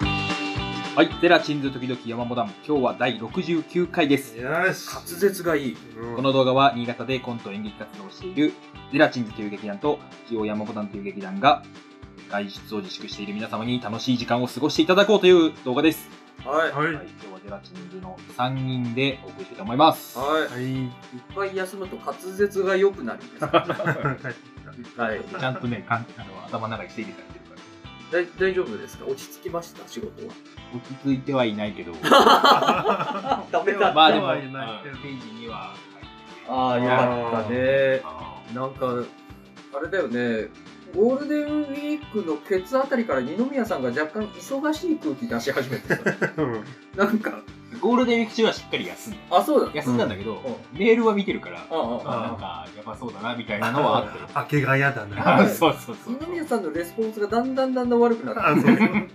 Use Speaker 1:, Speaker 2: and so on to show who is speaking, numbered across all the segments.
Speaker 1: はい、ゼラチンズ時々山モダン、今日は第69回です。
Speaker 2: よし
Speaker 3: 滑舌がいい。
Speaker 2: うん
Speaker 1: この動画は新潟でコント演劇活動をしているゼラチンズという劇団とジオ山モダンという劇団が外出を自粛している皆様に楽しい時間を過ごしていただこうという動画です。
Speaker 3: はい。
Speaker 2: はい
Speaker 1: はい、今日はゼラチンズの3人でお送りしたいと思い ます。
Speaker 3: は
Speaker 2: はい
Speaker 3: い。いっぱい休むと滑舌が良くなる んです。はい。
Speaker 1: ちゃんとね、かんあの頭の中に整理されてるから。
Speaker 3: だい大丈夫ですか落ち着きました仕事
Speaker 1: 落ち着いてはいないけど、
Speaker 3: は。ダメだ。
Speaker 1: まあでも、
Speaker 2: は
Speaker 1: う
Speaker 2: い
Speaker 1: んページには
Speaker 3: ああ、よかったね。なんか、あれだよね。ゴールデンウィークのケツあたりから二宮さんが若干忙しい空気出し始めて さ。なんか、
Speaker 1: ゴールデンウィーク中はしっかり休ん
Speaker 3: あ、そうだ。
Speaker 1: 休んだんだけど、
Speaker 3: う
Speaker 1: メールは見てるから、
Speaker 3: うんうんうん
Speaker 1: なんかやばそうだなみたいなのはあったよ。
Speaker 2: 明けがやだ
Speaker 3: あ
Speaker 2: な。
Speaker 3: ー
Speaker 1: そうそうそう。
Speaker 3: 二宮さんのレスポンスがだんだんだんだん悪くなって
Speaker 2: あそう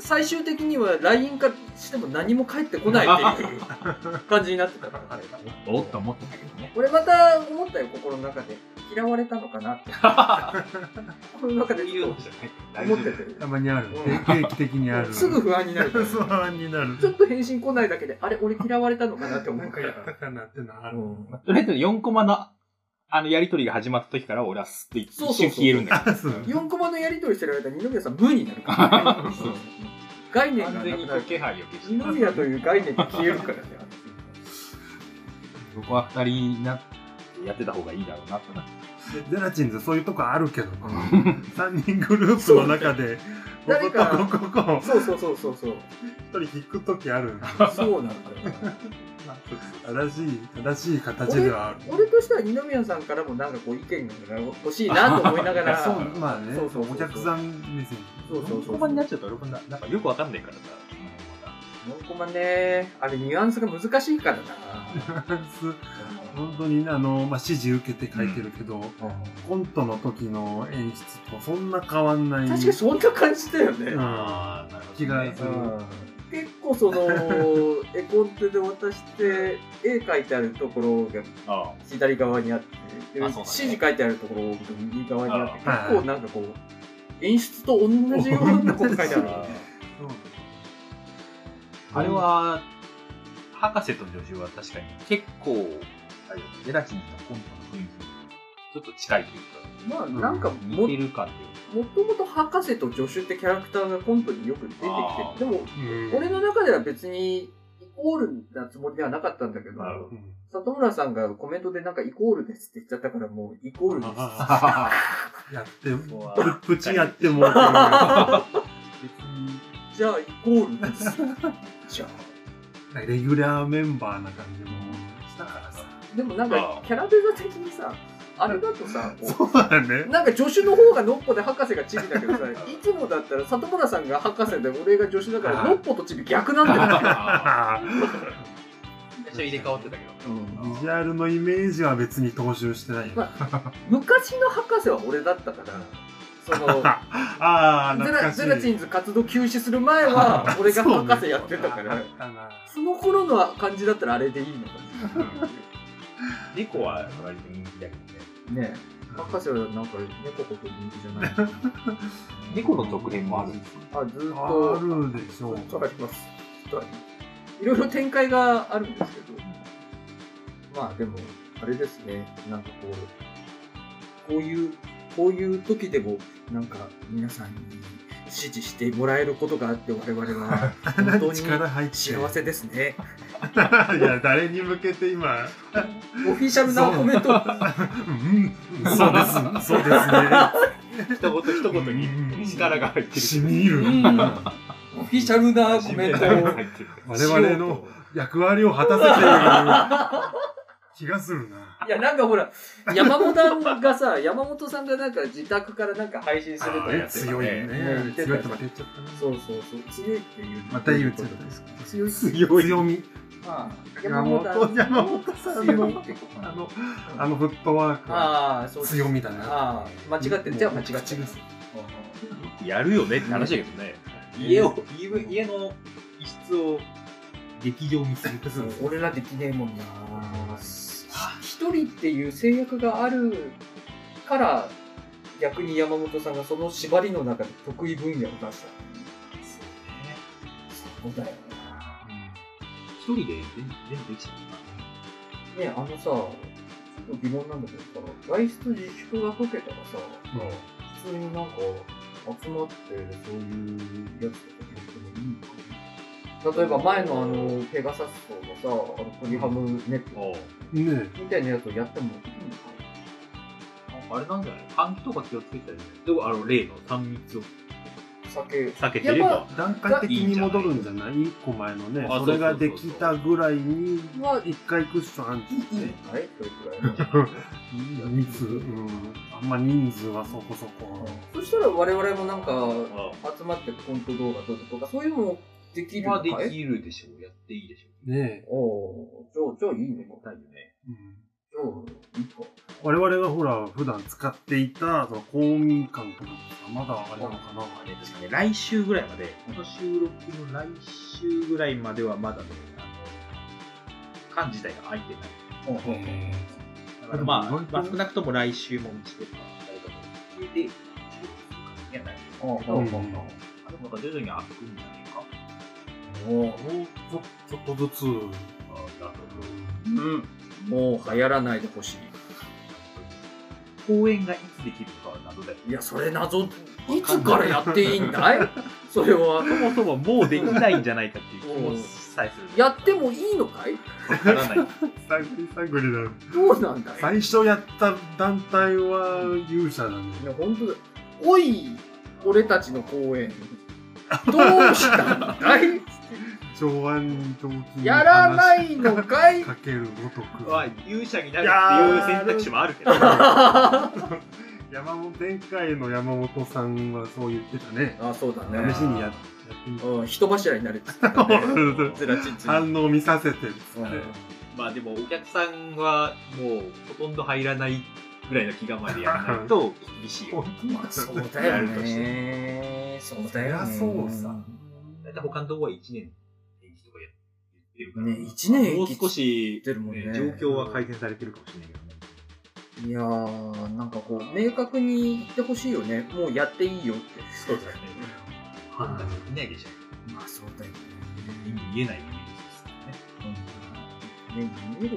Speaker 3: 最終的には LINE 化しても何も返ってこないっていう 感じになってたからね
Speaker 1: おっと思ってたけどね。
Speaker 3: 俺また思ったよ心の中で嫌われたのかなって 心の中で
Speaker 1: 言う
Speaker 3: 思
Speaker 1: のじゃない。
Speaker 3: って
Speaker 2: た
Speaker 3: て
Speaker 2: まにある。定期的にある。
Speaker 3: すぐ不 安になるから
Speaker 2: 不安になる。
Speaker 3: ちょっと返信来ないだけであれ俺嫌われたのかなって思うから
Speaker 2: かなってのある。
Speaker 1: まあとりあえず4コマの、あの、やりとりが始まった時から俺はスッと一
Speaker 3: そうそうそ
Speaker 1: 瞬
Speaker 3: う
Speaker 1: 消えるんだ
Speaker 2: あ、そう。
Speaker 3: 4コマのやり取りしてる間に二宮さん無になるから、ね、概
Speaker 1: け
Speaker 3: 念
Speaker 1: ど。
Speaker 3: がな
Speaker 1: 完
Speaker 3: く
Speaker 1: 全に
Speaker 3: なる
Speaker 1: 気配を消して
Speaker 3: 二宮という概念が消えるからね
Speaker 1: ここは2人になってやってた方がいいだろうな とな。
Speaker 2: ゼラチンズ、そういうとこあるけどな。3人グループの中で、こ
Speaker 3: 誰か
Speaker 2: ことここ、ここ、
Speaker 3: そうそうそうそうそう
Speaker 2: 一人引くときある。
Speaker 3: そうなんだよ
Speaker 2: 正しい、正しい形ではある。
Speaker 3: 俺としては二宮さんからもなんかこう意見が欲しいなと思いながら
Speaker 2: そう、まあね、
Speaker 3: そうそうそう
Speaker 2: お客さん目線。
Speaker 3: そうそう
Speaker 1: 4コマになっちゃうと俺もななんかよくわかんないからさ。
Speaker 3: 4コマねあれニュアンスが難しいからな
Speaker 2: 本当にねあの、まあ、指示受けて書いてるけど、コントの時の演出とそんな変わんない
Speaker 3: 確かにそんな感じだよね、
Speaker 2: うん
Speaker 1: あーなるほどね
Speaker 2: 気がする
Speaker 3: 結構その 絵コンテで渡して絵描いてあるところが
Speaker 1: ああ
Speaker 3: 左側にあってで
Speaker 1: あそ
Speaker 3: 指
Speaker 1: うだね
Speaker 3: 示書いてあるところが右側にあって結
Speaker 2: あ
Speaker 3: 構なんかこう演出と同じようなこと書い てある
Speaker 1: あれは、博士と助手は確かに結構、あれだねゼラチンとコントの雰囲気にちょっと近いという
Speaker 3: まあなんか
Speaker 1: か、
Speaker 3: も
Speaker 1: 似てる感っていう
Speaker 3: もともと博士と助手ってキャラクターがコントによく出てき
Speaker 1: あー
Speaker 3: てでも
Speaker 2: うん
Speaker 3: 俺の中では別にイコールなつもりではなかったんだけど
Speaker 1: なるほど
Speaker 2: うん
Speaker 3: 里村さんがコメントでなんかイコールですって言っちゃったからもうイコールです。
Speaker 2: あ
Speaker 1: か。
Speaker 2: やって
Speaker 1: ここは
Speaker 2: プチやってもうてる
Speaker 3: じゃあイコール です。じゃあ。
Speaker 2: 別にレギュラーメンバーな感じもしたから さ
Speaker 3: でもなん
Speaker 1: あ
Speaker 3: か
Speaker 1: あ
Speaker 3: キャラデザ的にさ、あれだとさ、
Speaker 2: そ
Speaker 3: こ
Speaker 2: うだね
Speaker 3: うなんか助手の方がノッポで博士がチビだけ どさ、いつもだったら里村さんが博士で俺が助手だから
Speaker 2: ああ
Speaker 3: ノッポとチビ逆なんだよ。
Speaker 1: 最初入れ替わってたけど。
Speaker 2: ビジュアルのイメージは別に踏襲してないよ、
Speaker 3: ま昔の博士は俺だったから、そ の、
Speaker 2: ああ
Speaker 3: ゼ
Speaker 2: 懐
Speaker 3: ラ
Speaker 2: かしい
Speaker 3: ゼラチンズ活動休止する前は俺が博士やってた
Speaker 2: そ
Speaker 3: から
Speaker 2: うねあったな
Speaker 3: その頃の感じだったらあれでいいのか
Speaker 1: 猫は割と人気だけどね。
Speaker 3: な ねえ博士はなんか猫ほど人気じゃない
Speaker 1: 猫の続編もある。
Speaker 3: あずーっ
Speaker 2: あ
Speaker 3: と
Speaker 2: るでしょう
Speaker 3: ずっとありますずっとありますいろいろ展開があるんですけどまあでもあれですねなんかこうこういうこういう時でもなんか皆さんに支持してもらえることがあって我々は本当に
Speaker 2: 力入って
Speaker 3: 幸せですね。
Speaker 2: いや誰に向けて今
Speaker 3: オフィシャルなコメント。
Speaker 2: うんそうですそうですね
Speaker 1: 一言一言に力が入ってる。
Speaker 2: しみる
Speaker 3: うんオフィシャルなコメント
Speaker 1: 力が
Speaker 3: を
Speaker 1: 入ってる。
Speaker 2: 我々の役割を果たせている気がするない
Speaker 3: や、なんかほら、山本がさ、山本さんがなんか自宅からなんか配信するとかやってた
Speaker 2: 強いね
Speaker 3: ね
Speaker 2: 強いってまた言っちゃったね
Speaker 3: そうそうそう、強いっていう。
Speaker 2: また言っちゃったです
Speaker 3: 強い
Speaker 2: 強い強み
Speaker 3: まあ
Speaker 2: 山本山本さん
Speaker 3: 強い
Speaker 2: の
Speaker 3: ってこと
Speaker 2: あのあのフットワークは
Speaker 3: ああ、そうです
Speaker 2: 強みだな
Speaker 3: ああ、間違ってる。じゃあ間違ってる
Speaker 2: 口。癖
Speaker 1: やるよねって話だけどね。家を、家家の一室を劇場にする。
Speaker 3: うん俺らできねえもんな。一人っていう制約があるから、逆に山本さんがその縛りの中で得意分野を出した。そうだよね。
Speaker 1: 一人で全全部できちゃった。
Speaker 3: ねあのさ、ちょっと疑問なんだけどさ、外出自粛が解けたらさ、普通になんか集まってそういうやつとかやってもいいのかな例えば前のあの、ペガサスとかさ、あの、トリハムネット
Speaker 1: お
Speaker 2: うん。ね
Speaker 3: みたいなやつをやってもいいのか
Speaker 1: あれなんじゃない換気とか気をつけたりね。でも、あの、例の3密を
Speaker 3: な酒、
Speaker 1: 避けてれば。
Speaker 2: 段階的に戻るんじゃない一個前のね
Speaker 1: あ
Speaker 2: それができたぐらいに
Speaker 3: は
Speaker 2: 一回クッションあるん
Speaker 3: いい
Speaker 2: です
Speaker 3: いい
Speaker 2: ね
Speaker 3: んかいそれくらいの。
Speaker 2: 密うんあんま人数はそこそこ
Speaker 3: そしたら我々もなんか、
Speaker 1: あ
Speaker 3: 集まってコント動画撮るとか、そういうのもできるの
Speaker 1: は
Speaker 3: かい
Speaker 1: できるでしょう。やっていいでしょう。
Speaker 2: ねえ、
Speaker 3: おー、じゃあ、じゃあいいのか
Speaker 1: だよね。
Speaker 2: うん
Speaker 3: じゃあ、いいか。
Speaker 2: 我々がほら普段使っていたその公民館とかさまだあれなのかな
Speaker 1: あれ確かね、来週ぐらいまで、この収録の来週ぐらいまではまだね、あの、館自体が空いてない。
Speaker 3: うんうん
Speaker 2: え
Speaker 1: だからま
Speaker 2: で
Speaker 1: あ
Speaker 2: も意、
Speaker 1: まあ
Speaker 2: 外と
Speaker 1: 少なくとも来週もうちとか、誰かと家で収録する感じにはなる。
Speaker 3: うんうんうん
Speaker 1: あでもなんか徐々に開くんじゃないか。
Speaker 3: も
Speaker 2: もうちょちょっとずつ、うん
Speaker 1: だと思う。
Speaker 3: う、うん、もう流行らないでほし
Speaker 1: 公演がいつできるかは謎だよ。
Speaker 3: い。いや、それ謎、いつからやっていいんだいそれは。
Speaker 1: そもそももうできないんじゃないかっていう気もさえする。
Speaker 3: やってもいいのかい
Speaker 1: わからない。
Speaker 2: 探り探りだ
Speaker 3: どうなんだい
Speaker 2: 最初やった団体は勇者だね
Speaker 3: いや、本当だ。おい、俺たちの公演、どうしたんだ い
Speaker 2: 上腕に動機
Speaker 3: やらないのか い
Speaker 2: かけるごとく
Speaker 1: は勇者になるっていう選択肢もあるけど。
Speaker 2: 山本前回の山本さんはそう言ってたね
Speaker 3: あ、そうだ
Speaker 1: や
Speaker 3: ね
Speaker 2: 試。しにややってみた
Speaker 3: うん、人柱になれって言って たねつらちんちん。
Speaker 2: 反応見させてっつって
Speaker 3: うん
Speaker 1: まあでもお客さんはもうほとんど入らないぐらいの気構えでやらない と厳しいよ。
Speaker 3: まあそうだよね。そう
Speaker 2: そり
Speaker 3: だよね。
Speaker 2: ゃそうさ
Speaker 1: だいたい他のとこは1年延期とかやってるから。
Speaker 3: ね一年延期
Speaker 1: もう少し、
Speaker 3: ってるもんね
Speaker 1: 状況は改善されてるかもしれないけどね。
Speaker 3: いやー、なんかこう、明確に言ってほしいよね。もうやっていいよって。
Speaker 1: そうだね。判断できないでしょ。
Speaker 3: まあそうだよね。
Speaker 1: 意味言えないイメージですからね。
Speaker 3: ね、見ろ。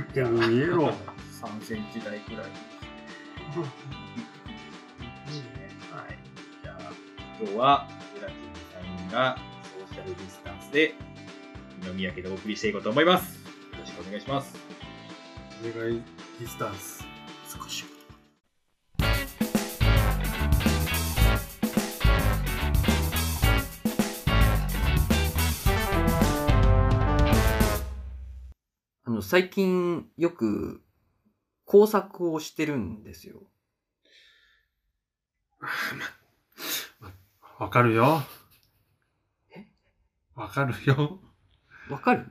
Speaker 2: いや見えろ
Speaker 3: 3センチ台くらい。
Speaker 1: はい。じゃあ、今日は、ゼラチンさんがソーシャルディスタンスで、飲み明けでお送りしていこうと思います。よろしくお願いします。
Speaker 2: お願いディスタンス
Speaker 3: 少し。あの、最近よく工作をしてるんですよ。
Speaker 2: わかるよ
Speaker 3: え
Speaker 2: わかるよ
Speaker 3: わかる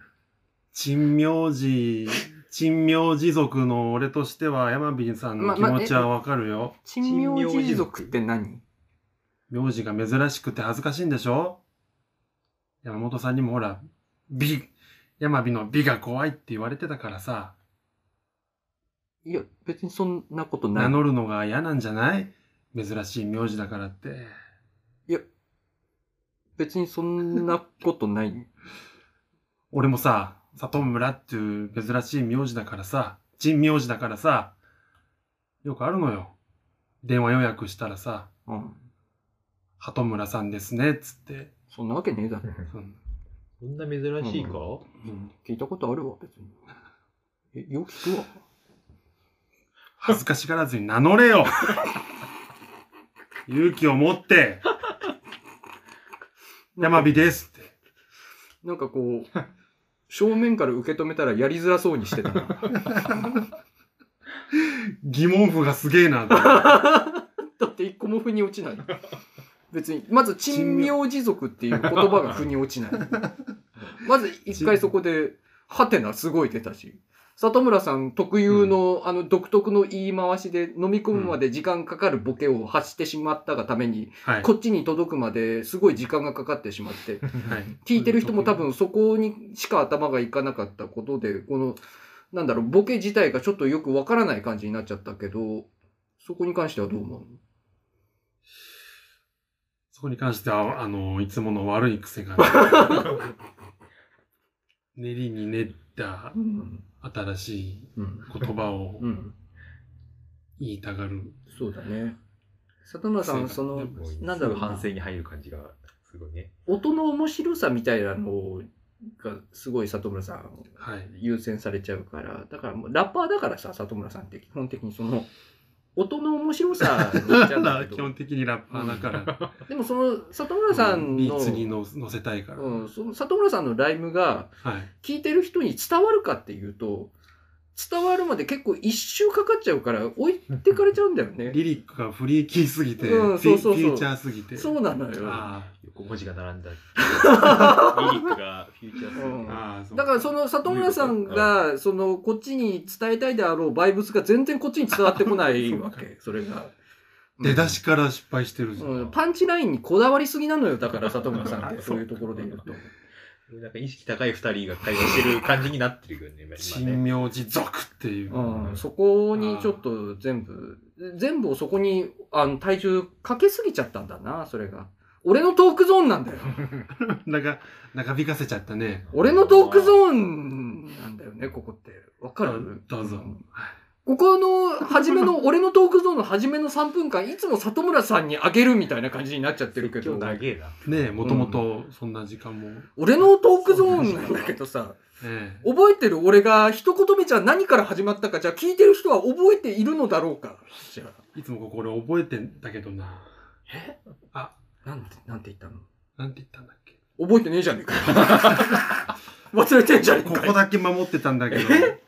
Speaker 2: 珍明寺珍明寺族の俺としては山美さんの気
Speaker 3: まま
Speaker 2: 持ちはわかるよ、
Speaker 3: 珍妙寺族って何
Speaker 2: 名字が珍しくて恥ずかしいんでしょ山本さんにもほら、美、山美の美が怖いって言われてたからさ、
Speaker 3: いや、別にそんなことない。
Speaker 2: 名乗るのが嫌なんじゃない珍しい名字だからって。
Speaker 3: いや、別にそんなことない。
Speaker 2: 俺もさ、里村っていう珍しい名字だからさ、珍名字だからさ、よくあるのよ。電話予約したらさ、
Speaker 3: うん。
Speaker 2: 鳩村さんですね、っつって。
Speaker 3: そんなわけねえだろ。
Speaker 2: うん
Speaker 1: そんな珍
Speaker 3: しいかうん聞いたことあるわ、別に。え、よく聞くわ。
Speaker 2: 恥ずかしがらずに名乗れ よ勇気を持って、山美ですって。
Speaker 3: なんかこう、正面から受け止めたらやりづらそうにしてたな。
Speaker 2: 疑問符がすげえなと。
Speaker 3: だって一個も腑に落ちない。別に、まず、珍妙持続っていう言葉が腑に落ち ない。まず一回そこで、ハテナすごい出たし、里村さん特有の、あの独特の言い回しで飲み込むまで時間かかるボケを発してしまったがために、
Speaker 2: はい。
Speaker 3: こっちに届くまですごい時間がかかってしまって、
Speaker 2: はい
Speaker 3: 聞いてる人も多。分そこにしか頭がいかなかったことで、この、なんだろう、ボケ自体がちょっとよくわからない感じになっちゃったけど、そこに関してはどう思う
Speaker 2: そこに関しては、あの、いつもの悪い癖がある。練りに練った
Speaker 3: うん。
Speaker 2: 新しい
Speaker 3: うん。
Speaker 2: 言葉を
Speaker 3: うん。
Speaker 2: 言いたがる。
Speaker 3: そうだね。里村さんはその、なんだろうな
Speaker 1: 反省に入る感じがすごいね。
Speaker 3: 音の面白さみたいなのがすごい里村さん
Speaker 2: はい。
Speaker 3: 優先されちゃうから、だからもうラッパーだからさ、里村さんって基本的にその、音の面白さに行っ ちゃうんだけ
Speaker 2: 基
Speaker 3: ど
Speaker 2: 本、的にラッパーだから、
Speaker 3: でもその里村さん
Speaker 2: ビ
Speaker 3: の
Speaker 2: ー、ツにの乗せたいから。
Speaker 3: うん、その里村さんのライムが
Speaker 2: はい。
Speaker 3: 聞いてる人に伝わるかっていうと、伝わるまで結構一周かかっちゃうから置いてかれちゃうんだよね。
Speaker 2: リリックがフリーキーすぎて、
Speaker 3: うん
Speaker 2: フィ
Speaker 3: そうそうそう
Speaker 2: フィーチャーすぎて。
Speaker 3: そうなのよ。
Speaker 2: あ
Speaker 1: 横文字が 並んだ。リリックがフューチャーする。
Speaker 3: うん
Speaker 2: ーあー、う
Speaker 3: だからその里村さんがそのこっちに伝えたいであろうバイブスが全然こっちに伝わってこないわけ それが
Speaker 2: 出だしから失敗してるじゃん。
Speaker 3: うんパンチラインにこだわりすぎなのよだから里村さんってそういうところで言うと
Speaker 1: なんか意識高い二人が会話してる感じになってるよね、今
Speaker 2: 神
Speaker 1: ね。
Speaker 2: 妙寺族っていう。
Speaker 3: うんそこにちょっと全部全部をそこにあの体重かけすぎちゃったんだなそれが俺のトークゾーン なんだよ
Speaker 2: なんか、長引かせちゃったね。
Speaker 3: 俺のトークゾーンなんだよねここってわかる
Speaker 2: どうぞ
Speaker 3: ん。ここの初め の俺のトークゾーンの初めの3分間いつも里村さんにあげるみたいな感じになっちゃってるけど
Speaker 1: 今日長えな。
Speaker 2: ねえ、もともとそんな時間も。ね
Speaker 3: 俺のトークゾーンなんだけどさ
Speaker 2: え
Speaker 3: 覚えてる俺が一言目じゃあ何から始まったかじゃあ聞いてる人は覚えているのだろうかじゃあ
Speaker 2: いつもここ俺覚えてんだけどな。
Speaker 3: え
Speaker 2: あ、
Speaker 3: なんてなんて言ったの
Speaker 2: なんて言ったんだっけ。
Speaker 3: 覚えてねえじゃねえか 忘れてんじゃねえ
Speaker 2: こ
Speaker 3: か
Speaker 2: こだけ守ってたんだけ ど。
Speaker 3: え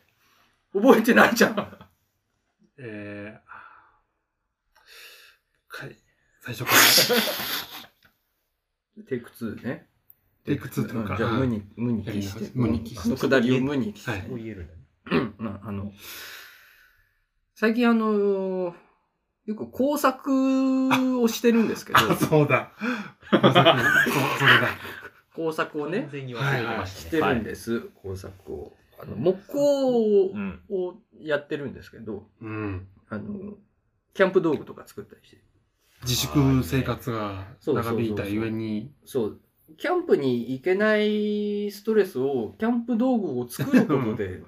Speaker 3: 覚えてないじゃん
Speaker 2: えー、はい。最初から。
Speaker 3: テイク2ね
Speaker 2: テイク2というか
Speaker 3: んじゃあ無に無に帰して
Speaker 2: 無に帰して
Speaker 3: あのくだりを無に帰して、
Speaker 2: はい
Speaker 1: こう言えるんだね。
Speaker 3: まあ、あの、最近あの、よく工作をしてるんです けど、
Speaker 2: あ、そうだ。まさかそう、それだ。
Speaker 3: 工作をね
Speaker 1: 完、全に忘れてま
Speaker 3: し
Speaker 1: した
Speaker 3: て
Speaker 1: ね。
Speaker 3: るんです、工作を。あの、木工を
Speaker 1: う,、ん。
Speaker 3: をやってるんですけど、
Speaker 2: うん。
Speaker 3: あの、キャンプ道具とか作ったりして。
Speaker 2: 自粛生活が長引いたゆえに、
Speaker 3: そう、キャンプに行けないストレスを、キャンプ道具を作ることで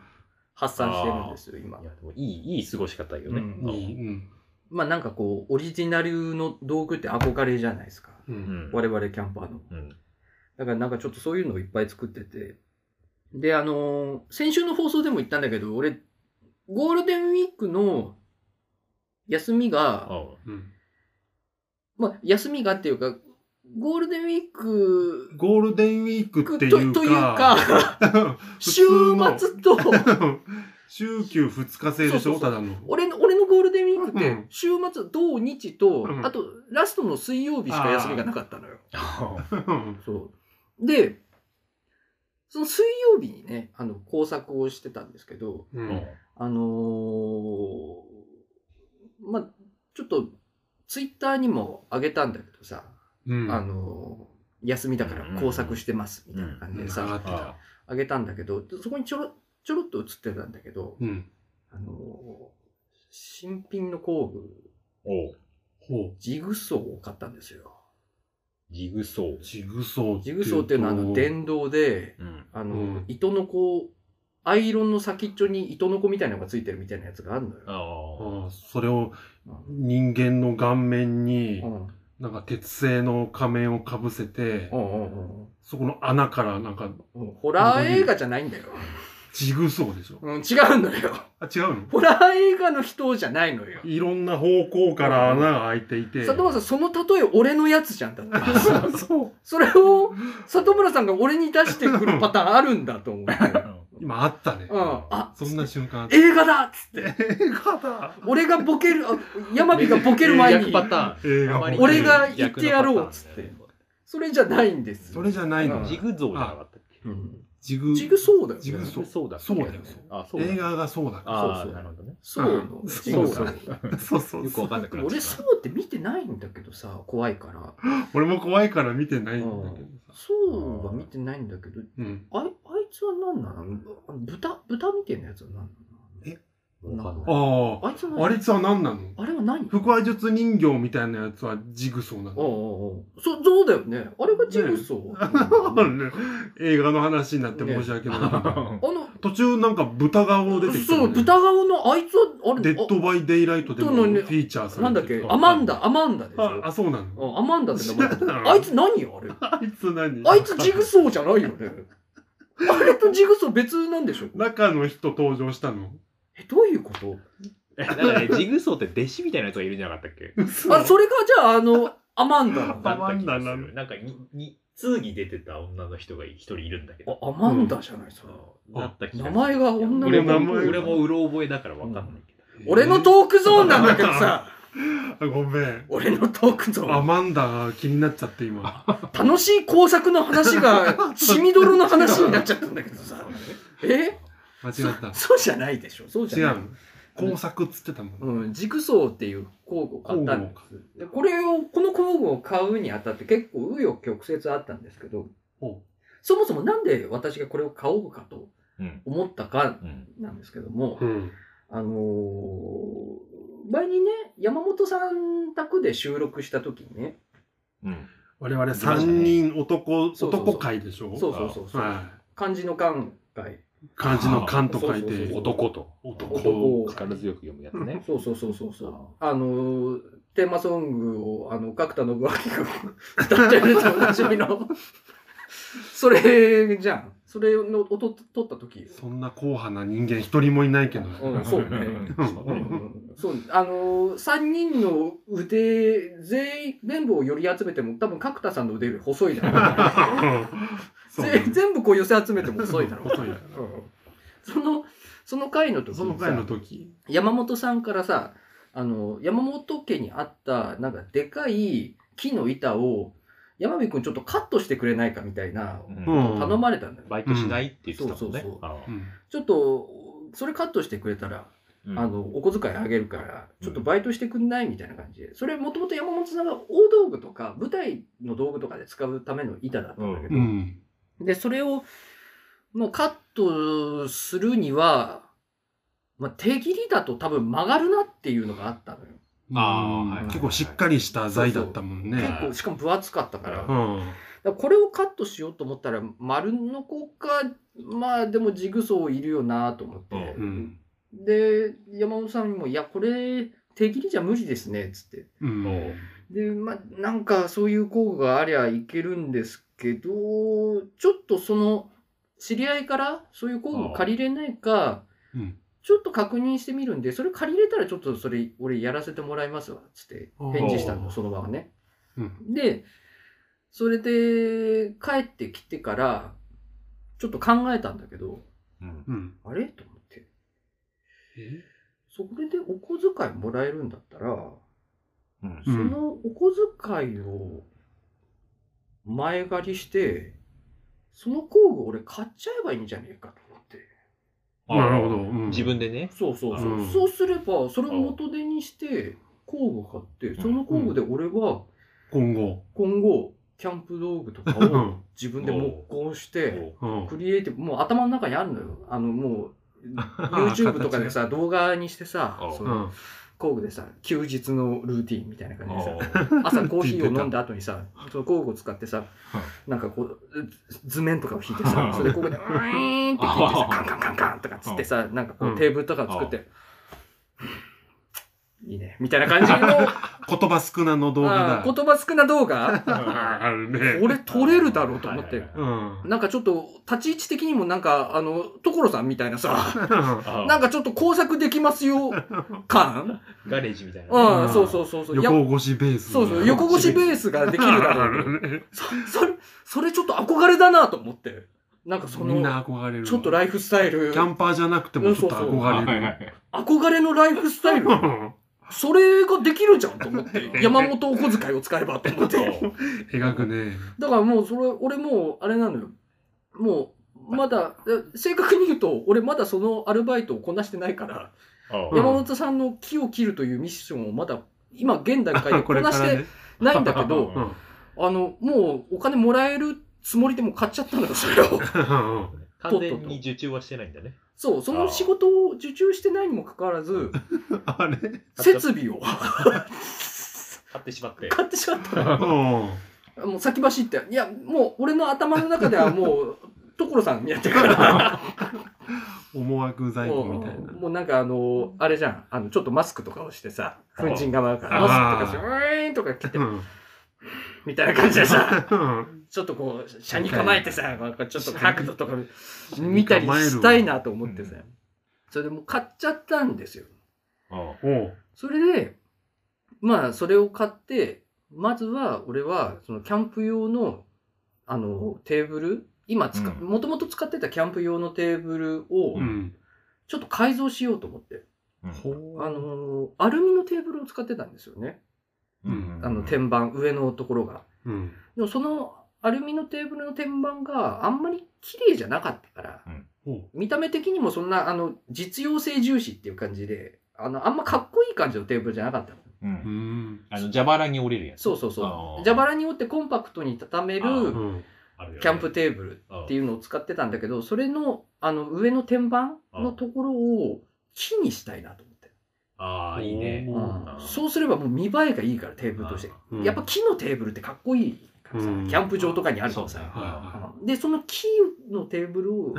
Speaker 3: 発散してるんですよ、今
Speaker 1: い。や、でもいい、いい過ごし方よね。
Speaker 3: うん
Speaker 2: いい、うん。
Speaker 3: まあなんかこう、オリジナルの道具って憧れじゃないですか。
Speaker 2: う。
Speaker 1: うんん。
Speaker 3: 我々キャンパーの。
Speaker 1: うん。
Speaker 3: だからなんかちょっとそういうのをいっぱい作ってて。で、あのー先週の放送でも言ったんだけど、俺、ゴールデンウィークの休み
Speaker 1: あ
Speaker 3: が、
Speaker 1: あ
Speaker 2: うん。
Speaker 3: まあ、休みがっていうか、ゴールデンウィーク
Speaker 2: ゴールデンウィークってい
Speaker 3: と
Speaker 2: うか、
Speaker 3: という か、週末と、
Speaker 2: 週休2日制でし
Speaker 3: そうそうそ
Speaker 2: ょ
Speaker 3: う
Speaker 2: ただの。
Speaker 3: 俺の、俺のゴールデンウィークっ
Speaker 2: う
Speaker 3: て
Speaker 2: ん、
Speaker 3: 週末、土日と、
Speaker 2: うん
Speaker 3: あと、ラストの水曜日しか休みがなかったのよ。
Speaker 1: あ
Speaker 2: うん
Speaker 3: そう。で、その水曜日にね、あの、工作をしてたんですけど、
Speaker 2: う
Speaker 1: あ。
Speaker 2: ん。
Speaker 3: あのーまあ、ちょっと、ツイッターにもあげたんだけどさ、
Speaker 2: うん。
Speaker 3: あのー休みだから工作してます、みたいな感じでさ、
Speaker 2: うんうんうん
Speaker 1: ああ
Speaker 3: あげたんだけど、そこにちょろ、ちょろっと映ってたんだけど、
Speaker 2: うん。
Speaker 3: あのー新品の工具、
Speaker 1: おう
Speaker 2: ほ
Speaker 3: ジグソーを買ったんですよ。
Speaker 1: ジグソー
Speaker 2: う。。ジグソー
Speaker 3: ジグソーっていうのは、あの、電動で、
Speaker 1: うん。
Speaker 3: あの、
Speaker 2: うん
Speaker 3: 糸のこう、アイロンの先っちょに糸のこみたいなのがついてるみたいなやつがあるのよ。
Speaker 1: ああ。
Speaker 2: ああそれを
Speaker 3: うん
Speaker 2: 人間の顔面に
Speaker 3: う、ん
Speaker 2: なんか鉄製の仮面をかぶせて
Speaker 3: う、んうんうん
Speaker 2: そこの穴からなんか
Speaker 3: うんホラー映画じゃないんだよ。
Speaker 2: ジグソーでしょ。
Speaker 3: うん、違うのよ。
Speaker 2: あ、違うの
Speaker 3: ホラー映画の人じゃないのよ。
Speaker 2: いろんな方向から穴が開いていて。
Speaker 3: 里村さん、その例え俺のやつじゃんだっ て。
Speaker 2: あ そう。
Speaker 3: それを、里村さんが俺に出してくるパターンあるんだと思って。
Speaker 2: 今あったね
Speaker 3: う。ん。あ、
Speaker 2: そんな瞬間。
Speaker 3: 映画だっつって。
Speaker 2: 映画だ。
Speaker 3: 俺がボケる、あ山火がボケる前
Speaker 1: 逆
Speaker 3: に。
Speaker 1: パタ
Speaker 2: 映
Speaker 1: ーン。
Speaker 2: 画。
Speaker 3: 俺が言ってやろうっつってそれじゃないんです。
Speaker 2: それじゃないの。
Speaker 1: ジグゾーじゃなかったっけ
Speaker 3: うん
Speaker 2: ジグ。
Speaker 3: ジグソーだよ
Speaker 2: ジグ
Speaker 3: ね。
Speaker 2: ソー
Speaker 1: そうだ。
Speaker 2: そうだよ。
Speaker 1: あ、そうだ
Speaker 2: 映。画がそうだか
Speaker 1: あ
Speaker 3: そうそ
Speaker 1: あ、な
Speaker 3: う
Speaker 1: るほどね。
Speaker 3: そうの。ジグソー
Speaker 2: ら。 そうそ
Speaker 1: よくわかんなくなっちゃ
Speaker 3: 俺、
Speaker 1: った。
Speaker 3: ソーって見てないんだけどさ、怖いから。
Speaker 2: 俺も怖いから見てないんだけどさ。
Speaker 3: ソーは見てないんだけど、
Speaker 2: うん。
Speaker 3: あいあいつは何なのあの豚、豚みたいなやつは何なの
Speaker 2: え
Speaker 1: わかんない。
Speaker 2: あ
Speaker 3: あいつ
Speaker 2: あ。
Speaker 3: も、
Speaker 2: あれさ、何なの
Speaker 3: あれは何
Speaker 2: 腹話術人形みたいなやつはジグソーな
Speaker 3: おう
Speaker 2: の。
Speaker 3: おうおうそそうだよね。あれがジグソー。
Speaker 2: 映画の話になって申し訳ない。
Speaker 3: あの、
Speaker 2: 途中なんか豚顔出てきた、ね。
Speaker 3: そう、豚顔のあいつは、あれ、
Speaker 2: デッドバイデイライトでもフ
Speaker 3: そうなの
Speaker 2: ィーチャー
Speaker 3: あ
Speaker 2: さ
Speaker 3: なんだ
Speaker 2: れ
Speaker 3: ってけ
Speaker 2: る、
Speaker 3: アマンダ、アマンダでし
Speaker 2: あ、
Speaker 3: ょ。
Speaker 2: あそうなの。
Speaker 3: うんアマンダって名前だっ
Speaker 2: 知らない
Speaker 3: た。あいつ何よ、あれ。
Speaker 2: あいつ何
Speaker 3: あいつジグソーじゃないよね。 あれとジグソー別なんでしょ
Speaker 2: 中の人登場したの。
Speaker 3: え、どういうこと
Speaker 1: えなんかね、ジグソーって弟子みたいなやつがいるんじゃなかったっけ
Speaker 3: あ、それがじゃあ、あの、アマンダなの
Speaker 2: あマンダ
Speaker 1: な
Speaker 2: な
Speaker 1: んんかに、に、通義出てた女の人が一人いるんだけど。
Speaker 3: あアマンダじゃない、それ。
Speaker 1: そうなった気がす
Speaker 3: 名
Speaker 1: る
Speaker 3: 前が女の
Speaker 1: 俺
Speaker 3: 子
Speaker 1: も
Speaker 2: 名前が
Speaker 1: 俺もうろ覚えだからわかんないけど。
Speaker 3: 俺のトークゾーンなんだけどさ、
Speaker 2: あごめん。
Speaker 3: 俺のトークゾー
Speaker 2: ア
Speaker 3: ン。
Speaker 2: マンダが気になっちゃって今。
Speaker 3: 楽しい工作の話 が、血みどろの話になっちゃったんだけどさ。え
Speaker 2: 間違った。
Speaker 3: そうじゃないでしょ。そうじ
Speaker 2: 違
Speaker 3: ゃな
Speaker 2: う
Speaker 3: い。
Speaker 2: の。工作っつってたもん。
Speaker 3: うん、ジグソーっていう工具を買ったんですでこれをこの工具を買うにあたって結構紆余曲折あったんですけど
Speaker 2: ほ
Speaker 3: そもそもなんで私がこれを買おうかと
Speaker 1: うん。
Speaker 3: 思ったか
Speaker 1: うん。
Speaker 3: なんですけども、
Speaker 2: うん。
Speaker 3: あのー前にね山本さん宅で収録した時にね
Speaker 1: うん。
Speaker 2: 我々三人男、
Speaker 3: そうそうそう
Speaker 2: 男会でしょ
Speaker 3: そうそうそうそう、
Speaker 2: は
Speaker 3: 漢字の勘外
Speaker 2: い。漢字の漢と書い
Speaker 3: そうそう
Speaker 2: て。
Speaker 3: そう
Speaker 1: 男と。
Speaker 2: 男
Speaker 1: を力強く読むやつね。
Speaker 3: そうそうそうそうそうあのーテーマソングをあの角田信明が歌ってるとおなじみの それじゃんそれの音取った時
Speaker 2: そんな硬派な人間一人もいないけど。
Speaker 3: うん、そうね。
Speaker 1: そうね
Speaker 3: そう、あのー、3人の腕、全員、全部を寄り集めても、多分角田さんの腕より細いだろ。
Speaker 2: そうう
Speaker 3: ぜ全部こう寄せ集めても細いだ ろう。
Speaker 2: 細いだろ
Speaker 3: うんその、その回の時にさ
Speaker 2: その回の時。
Speaker 3: 山本さんからさ、あの、山本家にあった、なんかでかい木の板を、山火くんちょっとカットしてくれないかみたいな、
Speaker 1: うん
Speaker 3: 頼まれたんだよ。
Speaker 1: バイトしないって言ってたもんね
Speaker 3: うんそうそう。
Speaker 1: あ
Speaker 2: うん
Speaker 3: ちょっと、それカットしてくれたら、
Speaker 1: うん
Speaker 3: あの、お小遣いあげるから、
Speaker 1: うん
Speaker 3: ちょっとバイトしてくんないみたいな感じで。それもともと山本さんが大道具とか、舞台の道具とかで使うための板だったんだけど、
Speaker 2: うん。
Speaker 3: で、それを、もうカットするには、まあ、手切りだと多分曲がるなっていうのがあったのよ。
Speaker 1: あーはい
Speaker 2: 結構しっかりした材だったもんね。
Speaker 3: 結構、しかも分厚かったから。
Speaker 1: う
Speaker 3: だからこれをカットしようと思ったら、丸のこか、まあでもジグソーいるよなと思って。
Speaker 2: うん。うん。
Speaker 3: で、山本さんにも、いや、これ、手切りじゃ無理ですね、つって。
Speaker 2: うん。
Speaker 1: そう
Speaker 3: で、まあ、なんかそういう工具がありゃいけるんですけど、ちょっとその、知り合いからそういう工具借りれないか
Speaker 2: うん、
Speaker 3: ちょっと確認してみるんで、それ借りれたらちょっとそれ、俺やらせてもらいますわ、つって
Speaker 2: あー
Speaker 3: 返事したの、その場はね。
Speaker 2: うん
Speaker 3: で、それで帰ってきてから、ちょっと考えたんだけど、
Speaker 1: うん。
Speaker 2: うん。
Speaker 3: あれと思って。それでお小遣いもらえるんだったら、
Speaker 1: うん
Speaker 3: そのお小遣いを前借りして、その工具俺買っちゃえばいいんじゃねえかと思って。
Speaker 2: なるほどうん
Speaker 1: 自分でね。
Speaker 3: そうそうそう。
Speaker 2: うん
Speaker 3: そうすれば、それを元手にして、工具を買って、その工具で俺は
Speaker 2: 今後。
Speaker 3: 今後、キャンプ道具とか
Speaker 2: う
Speaker 3: を
Speaker 2: ん。
Speaker 3: 自分で木工して、
Speaker 2: うん
Speaker 3: クリエイティブ、もう頭の中にあるのよ。あの、もう、
Speaker 2: ー
Speaker 3: YouTube とかでさ、動画にしてさ
Speaker 1: あ、ー
Speaker 3: そうの
Speaker 2: ん。
Speaker 3: 工具でさ、休日のルーティンみたいな感じでさ、
Speaker 1: あ
Speaker 3: 朝コーヒーを飲んだ後にさ、その工具を使ってさ、なんかこう、ず図面とかを引いてさ
Speaker 1: う、ん
Speaker 3: それでここで、うーんって引いてさ
Speaker 1: う、ん
Speaker 3: カンカンカンカンとかつってさ、なんかこ
Speaker 2: うん
Speaker 3: うテーブルとかを作って、いいね、みたいな感じの、
Speaker 2: 言葉少なの動画
Speaker 3: あ
Speaker 2: だ。
Speaker 3: ー言葉少な動画、
Speaker 2: ああるね。
Speaker 3: 俺撮れるだろうと思っ
Speaker 1: はい
Speaker 3: て
Speaker 1: はい。は
Speaker 2: うん。
Speaker 3: なんかちょっと、立ち位置的にもなんか、あの、所さんみたいなさ、
Speaker 1: あ
Speaker 3: なんかちょっと工作できます よ、感
Speaker 1: ガレージみたいなね。
Speaker 3: うん、そうそうそうそう。や
Speaker 2: 横越しベース。
Speaker 3: そうそう、横越しベースができるだろうと。そそれ、それちょっと憧れだなと思って。なんかそ
Speaker 2: みん
Speaker 3: の、
Speaker 2: な憧れる。
Speaker 3: ちょっとライフスタイル
Speaker 2: キ、ャンパーじゃなくてもちょっと憧れる。
Speaker 3: 憧れのライフスタイル、それができるじゃんと 思って、山本お小遣いを使えばと思って。
Speaker 2: 描くね。
Speaker 3: だからもうそれ、俺もう、あれなのよ。もう、まだ、え正確に言うと、俺まだそのアルバイトをこなしてないから、
Speaker 1: あ
Speaker 2: うん
Speaker 3: 山本さんの木を切るというミッションをまだ、今現段階で
Speaker 2: こ
Speaker 3: こ
Speaker 2: れか
Speaker 3: なし
Speaker 2: ら
Speaker 3: て
Speaker 2: ね。
Speaker 3: ないんだけど、
Speaker 2: うん。
Speaker 3: あの、もうお 金もらえるつもりでも買っちゃったのよ、それを。
Speaker 1: 完全に受注はしてないんだね。
Speaker 3: そう、その仕事を受注してないにもかかわらず、
Speaker 2: あれ
Speaker 3: 設備を
Speaker 1: 買ってしまって。
Speaker 3: 買ってしまった
Speaker 2: う。ん。
Speaker 3: もう先走って、いや、もう俺の頭の中ではもう、所さん やってるから。
Speaker 2: 思惑在庫みたい
Speaker 3: もう
Speaker 2: な。
Speaker 3: もうなんかあの、あれじゃん、あの、ちょっとマスクとかをしてさ、粉塵が舞うから、
Speaker 2: あー
Speaker 3: マスクとかして、うーんとか来て
Speaker 2: う、ん。
Speaker 3: みたいな感じでさ、
Speaker 2: うん
Speaker 3: ちょっとこう、車に構えてさ、こうちょっと角度とか見たり
Speaker 2: 構えるわ
Speaker 3: したいなと思ってさ
Speaker 4: うん、
Speaker 3: それでもう買っちゃったんですよ。
Speaker 1: うん
Speaker 2: おう
Speaker 3: それで、まあ、それを買って、まずは、俺は、その、キャンプ用の、あの、テーブル、今使、
Speaker 4: うん
Speaker 3: もともと使ってたキャンプ用のテーブルを
Speaker 2: う、ん。
Speaker 3: ちょっと改造しようと思って、
Speaker 4: ほ
Speaker 3: あの、アルミのテーブルを使ってたんですよね。
Speaker 2: うん
Speaker 3: あの、天板、上のところが。
Speaker 2: うん。
Speaker 3: でも、その、アルミのテーブルの天板があんまり綺麗じゃなかったから、
Speaker 2: おう
Speaker 3: 見た目的にもそんな、あの、実用性重視っていう感じで、あの、あんまかっこいい感じのテーブルじゃなかったの。
Speaker 4: う。
Speaker 2: うんん。
Speaker 1: あの、蛇腹に折れるやつ。
Speaker 3: そうそうそう。
Speaker 1: う
Speaker 3: 蛇腹に折ってコンパクトに畳め
Speaker 1: あ
Speaker 3: る
Speaker 2: うん。
Speaker 3: キャンプ
Speaker 1: ー
Speaker 3: テーブル
Speaker 1: ブ
Speaker 3: って
Speaker 1: う
Speaker 3: いうのを使ってたんだけど、それの、あの、上の天板のところを木にしたいなと思って。
Speaker 1: ん。ああ、いいね。
Speaker 3: うん
Speaker 1: ん
Speaker 3: そうすればもう見栄えがいいから、テーブルとして。
Speaker 2: うん
Speaker 3: やっぱ木のテーブルってかっこいいからさ、
Speaker 2: うん
Speaker 3: キャンプ場とかにあるから
Speaker 1: そう
Speaker 3: さ。
Speaker 1: だ
Speaker 2: は
Speaker 3: うんで、その木のテーブルを、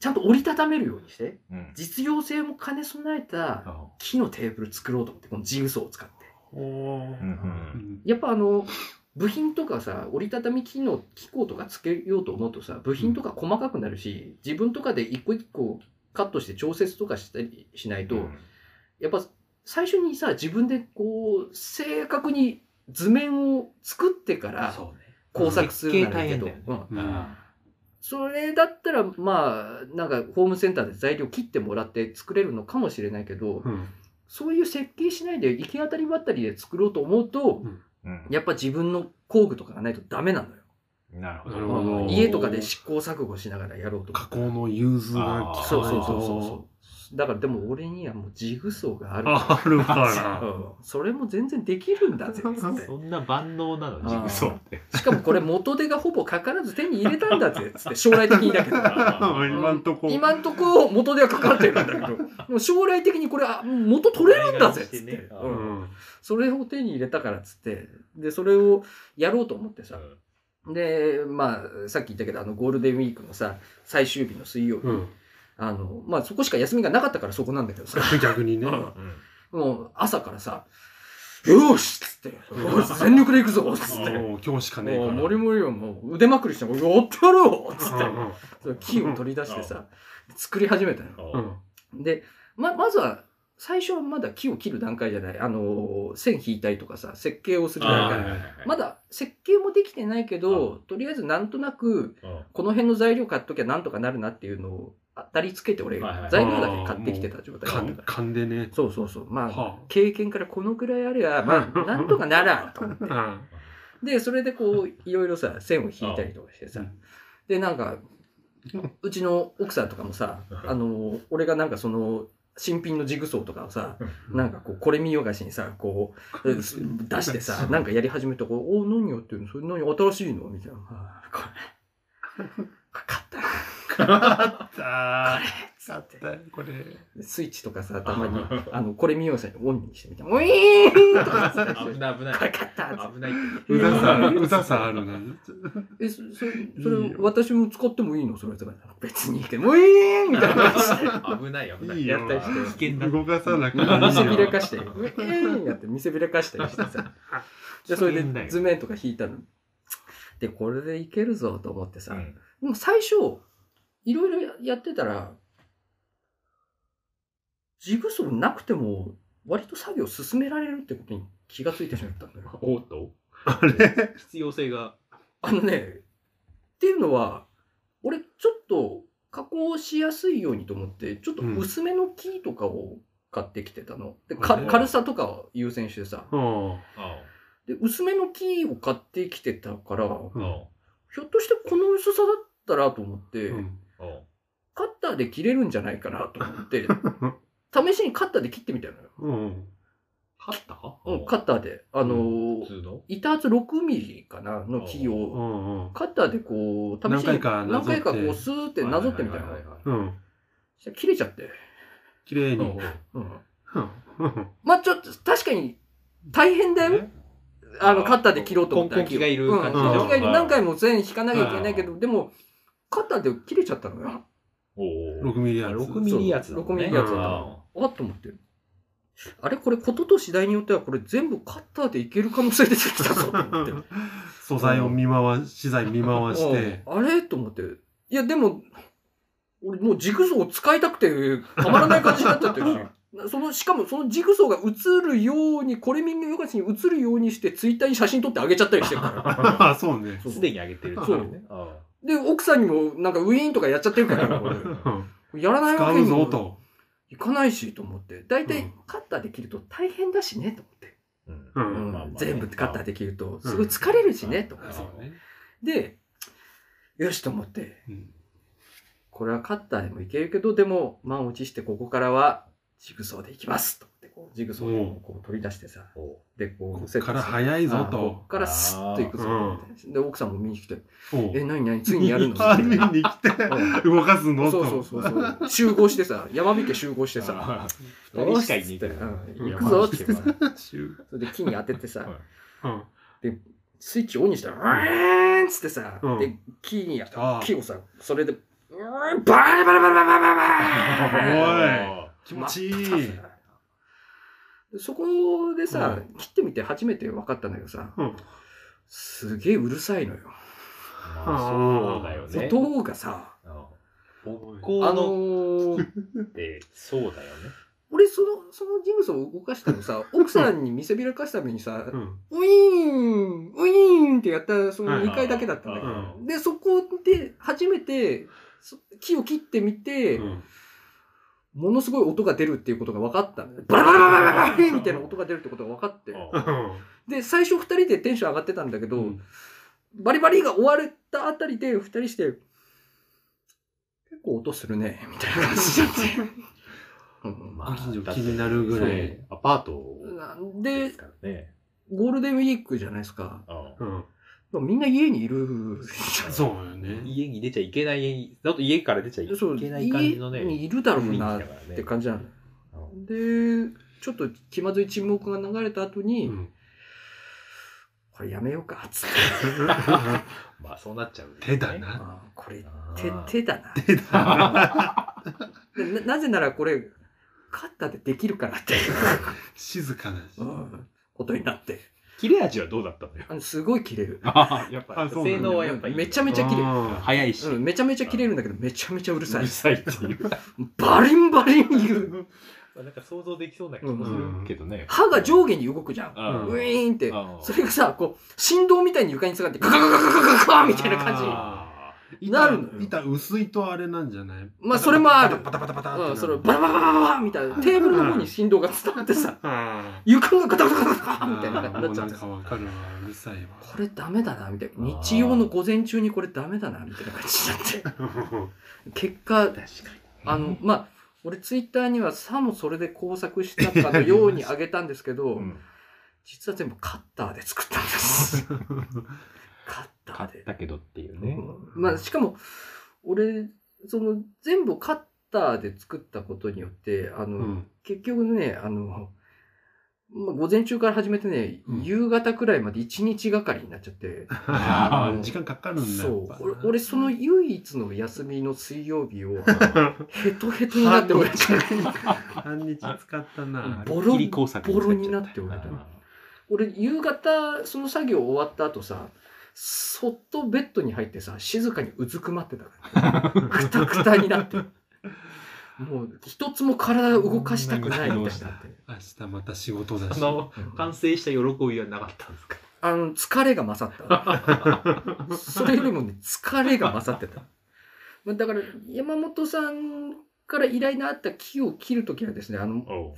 Speaker 3: ちゃんと折りたためるようにして、
Speaker 4: うん。
Speaker 3: 実用性も兼ね備えた木のテーブル作ろうと思って、このジグソーを使って。
Speaker 2: いはい。お
Speaker 4: う。
Speaker 2: う
Speaker 1: うんん。
Speaker 3: やっぱあの部品とかさ折りたたみ機能機構とかつけようと思うとさ部品とか細かくなるし、自分とかで一個一個カットして調節とかしたりしないと、やっぱ最初にさ自分でこう正確に図面を作ってから
Speaker 1: そうね。
Speaker 3: 工作するならいいけど、
Speaker 1: 設計大変だ
Speaker 3: うん
Speaker 2: うん
Speaker 3: それだったらまあなんかホームセンターで材料切ってもらって作れるのかもしれないけど、
Speaker 2: うん。
Speaker 3: そういう設計しないで行き当たりばったりで作ろうと思うと、
Speaker 4: うん。
Speaker 3: やっぱ自分の工具とかがないとダメなのよ。
Speaker 1: なるほ
Speaker 2: なるほど
Speaker 1: ど。
Speaker 3: 家とかで試行錯誤しながらやろうと思
Speaker 2: 加
Speaker 3: う。
Speaker 2: 工の融通が効
Speaker 3: そう
Speaker 2: かない
Speaker 3: そう
Speaker 2: と。
Speaker 3: そうそう。だからでも俺にはもうジグソーがあるから
Speaker 2: あるか
Speaker 3: うん、それも全然できるんだ ぜつって
Speaker 1: そんな万能なの、ジグソーって。
Speaker 3: しかもこれ元手がほぼかからず手に入れたんだぜつって将来的にだけど
Speaker 1: あ
Speaker 2: ら。 今んとこ。
Speaker 3: 今んとこ元手はかかってるんだけどでも将来的にこれあ元取れるんだぜつって、
Speaker 1: お願いしてね
Speaker 3: う、
Speaker 2: うんん。
Speaker 3: それを手に入れたからつってでそれをやろうと思ってさ、で、まあ、さっき言ったけど、あの、ゴールデンウィークのさ、最終日の水曜日、
Speaker 2: うん。
Speaker 3: あの、まあ、そこしか休みがなかったからそこなんだけどさ、
Speaker 2: 逆にね。
Speaker 3: うん
Speaker 1: うん
Speaker 3: もう朝からさ、よーしっつって、よし全力で行くぞっつって、
Speaker 2: もう今日しかねえか
Speaker 3: もう、
Speaker 2: ら。
Speaker 3: もりもりをもう腕まくりして、もうやってやろうっつって、その木を取り出してさ、作り始めたの。
Speaker 2: うん。
Speaker 3: で、ま、まずは、最初はまだ木を切る段階じゃない、あの、線引いたりとかさ、設計をする段
Speaker 2: あー
Speaker 3: 階。まだ設計もできてないけど、とりあえずなんとなく、この辺の材料買っときゃなんとかなるなっていうのを当たりつけて俺、
Speaker 1: はいはい
Speaker 3: 材料だけ買ってきてた状態だ
Speaker 2: か
Speaker 3: った
Speaker 2: ん
Speaker 3: から。
Speaker 2: かんでね。
Speaker 3: そうそうそう。まあ、
Speaker 2: は
Speaker 3: 経験からこのくらいあれば、ま あ、なんとかならんと思って。
Speaker 2: あ。
Speaker 3: で、それでこう、いろいろさ、線を引いたりとかしてさ
Speaker 2: う。
Speaker 3: で、なんか、うちの奥さんとかもさ、あの、俺がなんかその、新品のジグソーとかをさ、なんかこう、これ見よがしにさ、こう、出してさ、なんかやり始めたら、おお、何やってるのそれ何新しいのみたいな。あーこれ、買った
Speaker 2: あ
Speaker 3: さって。
Speaker 2: これ。
Speaker 3: スイッチとかさ、たまに、あの、これ見ようさにオンにしてみたら、ウィーンとかさ、
Speaker 1: 危ない危ない
Speaker 3: これ買ったっつって
Speaker 1: 危ないって
Speaker 2: うざさ、うざさあるな。
Speaker 3: え、そそ
Speaker 2: い
Speaker 3: れ、そ
Speaker 2: い
Speaker 3: れ
Speaker 2: よ、
Speaker 3: 私も使ってもいいのそれとか。別にいいけど、ウィーンみたいな感じで。
Speaker 1: 危ない危ない
Speaker 2: い
Speaker 1: い
Speaker 2: よ
Speaker 3: やったりして
Speaker 1: 危険だ
Speaker 2: 動かさなく
Speaker 3: 見せ
Speaker 2: て
Speaker 3: び
Speaker 2: いい
Speaker 3: ら
Speaker 2: よ。
Speaker 3: かして、ウィーンやって見せびらかしたりしてさ。で、それで図面とか引いたの。で、これでいけるぞと思ってさ。でも最初、いろいろやってたら、ジグソーなくても、割と作業進められるってことに気がついてしまったんだよ。
Speaker 1: おっと
Speaker 2: あれ
Speaker 1: 必要性が
Speaker 3: あのね、っていうのは、俺ちょっと加工しやすいようにと思って、ちょっと薄めの木とかを買ってきてたの。で、か
Speaker 2: うん
Speaker 3: 軽さとかを優先してさ。
Speaker 2: うん。
Speaker 1: あ
Speaker 3: で、薄めの木を買ってきてたから、
Speaker 1: あ
Speaker 3: ひょっとしてこの薄さだったらと思って、カッターで切れるんじゃないかなと思って、試しにカッターで切ってみたのよ。
Speaker 2: うん。
Speaker 1: カッター
Speaker 3: うん、カッターで。あのー
Speaker 1: 普通の
Speaker 3: 板厚6ミリかなの木
Speaker 2: う
Speaker 3: を、
Speaker 2: ん。
Speaker 3: カッターでこう、試しに
Speaker 2: 何回かなぞって
Speaker 3: 何回かこう、スーってなぞってみたいな。
Speaker 1: はいはいはいはい
Speaker 2: うん。
Speaker 3: したら切れちゃって。
Speaker 2: 綺麗に。
Speaker 3: うん。
Speaker 2: うん
Speaker 3: まあちょっと、確かに、大変だよ。あの、肩で切ろうと思ったら。
Speaker 1: 根気がいる感じで
Speaker 2: しょ
Speaker 3: うん根気がいる
Speaker 1: はい
Speaker 3: 何回も線引かなきゃいけないけど、でも、肩で切れちゃったのよ。
Speaker 1: お
Speaker 2: 6ミリやつ。
Speaker 1: 6ミリやつだ
Speaker 3: そう
Speaker 1: も
Speaker 3: 6
Speaker 1: ん
Speaker 3: ミ
Speaker 1: ね
Speaker 3: リやつだった
Speaker 1: あ
Speaker 3: わっと思って。あれこれ、ことと次第によっては、これ全部カッターでいける可能性出てきたぞと 思って。
Speaker 2: 素材を見回し、資材見回して。
Speaker 3: うんあれと思って。いや、でも、俺もうジグソーを使いたくて、たまらない感じになっちゃってるし。 その、しかもそのジグソーが映るように、これみんなヨガチに映るようにして、ツイッターに写真撮ってあげちゃったりして るから。
Speaker 2: あそうね。
Speaker 3: そ う
Speaker 1: すでに上げてるっていうねあ
Speaker 3: で、奥さんにもなんかウィーンとかやっちゃって るから、こ
Speaker 2: う
Speaker 3: れ
Speaker 2: ん
Speaker 3: やらないわ
Speaker 2: 使
Speaker 3: け
Speaker 2: う
Speaker 3: に
Speaker 2: ぞ
Speaker 3: も
Speaker 2: と。
Speaker 3: いかないしと思って。大
Speaker 2: う
Speaker 3: 体
Speaker 2: ん
Speaker 3: カッターで切ると大変だしね、と思って。
Speaker 1: うん
Speaker 2: う
Speaker 3: うん
Speaker 2: ん。
Speaker 1: まあまあね
Speaker 3: 全部カッターで切ると、すごい疲れるしね、と思って
Speaker 1: そ。
Speaker 2: うね。
Speaker 3: で、よしと思って、
Speaker 2: うん
Speaker 3: これはカッターでもいけるけど、でも満を持してここからはジグソーでいきますと思ってこうジグソーをこう取り出してさ、
Speaker 1: おう
Speaker 3: で、こ
Speaker 2: こ
Speaker 3: う
Speaker 2: っから
Speaker 3: い
Speaker 2: 早いぞ
Speaker 3: こっ
Speaker 2: と。
Speaker 3: からスッといくぞと思ってで、奥さんも見に来て、
Speaker 2: おう
Speaker 3: え、なになに、ついにや るの
Speaker 2: あ見に来て、
Speaker 3: う
Speaker 2: 動かす
Speaker 3: そ
Speaker 2: の
Speaker 3: うそう
Speaker 2: と。
Speaker 3: そうそう。集合してさ、山引け集合してさ、
Speaker 1: あー二人しかいねえから
Speaker 3: うん行くぞって言ってさ
Speaker 2: う
Speaker 3: それで木に当ててさ、
Speaker 2: ん。
Speaker 3: スイッチオンにしたら、うーんっつってさ、
Speaker 2: うん
Speaker 3: で、キーにやっ
Speaker 2: ああ
Speaker 3: キーをさ、それで、うーん、バーンバラバラバラバラバラ
Speaker 2: おい
Speaker 1: あ
Speaker 2: 気持ちい
Speaker 3: 真っ二
Speaker 2: い
Speaker 3: つ。だよでそこでさ、切ってみて初めて分かったんだけどさ、
Speaker 2: うん
Speaker 3: すげえうるさいのよ。
Speaker 1: ーまあそうだよ
Speaker 3: そう
Speaker 1: ね
Speaker 3: 音がさ、
Speaker 1: 木
Speaker 3: あ
Speaker 1: 工
Speaker 3: の
Speaker 1: の
Speaker 3: ー
Speaker 1: ってそうだよね
Speaker 3: 俺その、そのジグソーを動かしたのさ、奥さんに見せびらかすためにさ
Speaker 2: う、ん。
Speaker 3: ウィーン、ウィーンってやったその
Speaker 2: はい
Speaker 3: 2回だけだったんだけど、
Speaker 2: うん
Speaker 3: で、そこで初めてそ木を切ってみて、
Speaker 2: うん
Speaker 3: ものすごい音が出るっていうことが分かったんだよ。バラバラバラバラバラみたいな音が出るってことが分かって。で、最初2人でテンション上がってたんだけど、
Speaker 2: うん
Speaker 3: バリバリが終わったあたりで、二人して、結構音するね、みたいな感じになって。うん
Speaker 2: ご近所気になるぐらい
Speaker 1: そうアパート
Speaker 3: なん
Speaker 1: で、
Speaker 3: です
Speaker 1: からね
Speaker 3: ゴールデンウィークじゃないですか。
Speaker 1: あ
Speaker 2: う
Speaker 1: ー
Speaker 2: ん。
Speaker 3: みんな家にいる。
Speaker 2: そうよね。
Speaker 1: 家に出ちゃいけない家にだと家から出ちゃい
Speaker 3: そう
Speaker 1: けない感じのね
Speaker 3: 家にいるだろう
Speaker 1: 雰
Speaker 3: な
Speaker 1: 囲気だからね
Speaker 3: って感じなの。
Speaker 1: うん
Speaker 3: で、ちょっと気まずい沈黙が流れた後
Speaker 2: う
Speaker 3: に、
Speaker 2: ん。
Speaker 3: これやめようか、つって。
Speaker 1: まあそうなっちゃうよね
Speaker 2: 手だな。
Speaker 3: あーこれ、
Speaker 1: あ
Speaker 3: 手
Speaker 1: ー、
Speaker 3: 手だな。
Speaker 2: 手だな。
Speaker 3: でななぜならこれ、カッターでできるからっていう
Speaker 2: 静かだし。
Speaker 3: うんことになって。
Speaker 1: 切れ味はどうだったのよ
Speaker 3: あのすごい切れる。
Speaker 4: あーやっぱ
Speaker 2: あそうなんだ
Speaker 1: 性能はやっぱいい
Speaker 3: めちゃめちゃ切れる。
Speaker 2: あ
Speaker 4: 早いし、
Speaker 3: うん、めちゃめちゃ切れるんだけど、めちゃめちゃうる
Speaker 1: う
Speaker 3: さい
Speaker 1: る。さいっていうま
Speaker 3: バリンバリン言う。
Speaker 1: あなんか想像できそうな気もするけどね
Speaker 3: 歯が上下に動くじゃん。
Speaker 1: あ
Speaker 3: ウ
Speaker 1: ー
Speaker 3: ィーンって。
Speaker 1: あー
Speaker 3: それがさ、こう、振動みたいに床につがって、ガガガガガガガガみたいな感
Speaker 2: あー
Speaker 3: なるのよ
Speaker 2: 板薄いとあれなんじゃない
Speaker 3: まあそれもある
Speaker 2: パタパタパタパ
Speaker 3: じ。
Speaker 2: タ
Speaker 3: う
Speaker 2: っ
Speaker 3: ん、
Speaker 2: て
Speaker 3: そ
Speaker 2: な
Speaker 3: れ、
Speaker 2: る
Speaker 3: バラバラバラバラみたいな。テーブルの方に振動が伝わってさ、
Speaker 2: あ
Speaker 3: 床がガタガタガタガ
Speaker 2: ー
Speaker 3: タみたいな
Speaker 2: あー
Speaker 3: な
Speaker 2: も
Speaker 3: っ
Speaker 2: う
Speaker 3: ちゃ
Speaker 2: な
Speaker 3: っ
Speaker 2: ん
Speaker 3: てさ
Speaker 2: か。わかるわ。うるさいわ。
Speaker 3: これダメだな、みたいな。日曜の午前中にこれダメだな、みたいな感じになって。結果、あの、まあ、俺ツイッターにはさもそれで工作したかのようにあげたんですけど、
Speaker 1: うん
Speaker 3: 実は全部カッターで作ったんです。カッタ
Speaker 1: 買
Speaker 3: ー
Speaker 1: っ
Speaker 3: で。
Speaker 1: たけどっていうね
Speaker 3: うんまあ、しかも、俺、その、全部カッターで作ったことによって、あの、
Speaker 2: うん
Speaker 3: 結局ね、あの、まあ、午前中から始めてね、
Speaker 2: うん
Speaker 3: 夕方くらいまで一日がかりになっちゃって、
Speaker 2: あー時間かかるんだ
Speaker 3: そ
Speaker 2: やっ
Speaker 3: う
Speaker 2: ぱ
Speaker 3: 俺俺その唯一の休みの水曜日をヘトヘトになって 俺
Speaker 2: 半日使ったな。
Speaker 3: ボ
Speaker 1: 切
Speaker 3: ロ
Speaker 1: り工作
Speaker 3: ボロに
Speaker 1: 使
Speaker 3: な
Speaker 1: っちゃ
Speaker 3: って俺
Speaker 1: あー
Speaker 3: 俺夕方その作業終わった後さそっとベッドに入ってさ静かにうずくまってたからくたくたになってもう一つも体を動かしたくないみたいになって
Speaker 2: 明日また仕事だ
Speaker 1: あ
Speaker 2: し。
Speaker 1: の
Speaker 3: うん
Speaker 1: 完成した喜びはなかったんですか
Speaker 3: あの疲れが勝ったそれよりもね疲れが勝ってたまあだから山本さんから依頼のあった木を切るときはですねあの
Speaker 1: おう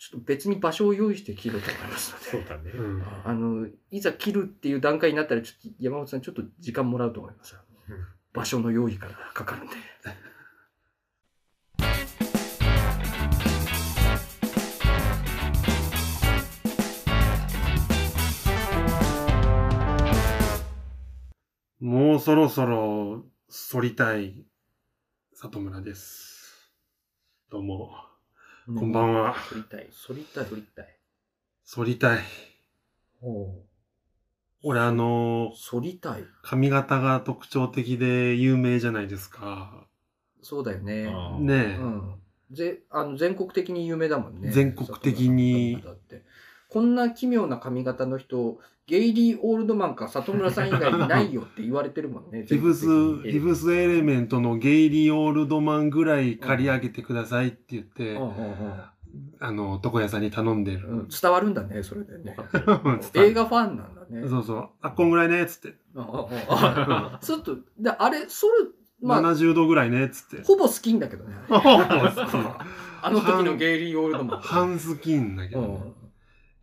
Speaker 3: ちょっと別に場所を用意して切ろうと思います
Speaker 1: そ
Speaker 3: の
Speaker 1: う
Speaker 3: で。
Speaker 1: だね
Speaker 2: うん
Speaker 3: あの、いざ切るっていう段階になったら、ちょっと山本さんちょっと時間もらうと思います。
Speaker 1: うん
Speaker 3: 場所の用意からかかるんで。
Speaker 2: もうそろそろ反りたい里村です。どうも、
Speaker 5: うん
Speaker 2: こんばんは。
Speaker 3: 反りたい。反りたい。反りたい。
Speaker 2: 反りたい。
Speaker 3: ほ
Speaker 2: 俺あの
Speaker 3: う。反りたい。
Speaker 2: 髪型が特徴的で有名じゃないですか。
Speaker 3: そうだよね。
Speaker 1: あー
Speaker 2: ねえ。
Speaker 3: うん。ぜあの全国的に有名だもんね。
Speaker 2: 全国的に
Speaker 3: 里村さんだって。こんな奇妙な髪型の人、ゲイリー・オールドマンか里村さん以外いないよって言われてるもんね。
Speaker 2: リブス、
Speaker 3: 全国的に
Speaker 2: リブスエレメントのゲイリー・オールドマンぐらい借り上げてくださいって言って、
Speaker 3: うんうん
Speaker 2: あの、床屋さんに頼んでる。
Speaker 3: うんうん伝わるんだね、それでね。
Speaker 2: 伝
Speaker 3: 映画ファンなんだね。
Speaker 2: そうそう。あ、こんぐらいね、つって。
Speaker 3: うんうんうん ちょっと、であれ、それ、まあ、
Speaker 2: 70度ぐらいね、つって。
Speaker 3: ほぼ好きんだけ どね。 あの時のゲイリー・オールドマン。
Speaker 2: 半スキンだけ
Speaker 3: う
Speaker 2: ど、
Speaker 3: ん
Speaker 2: ね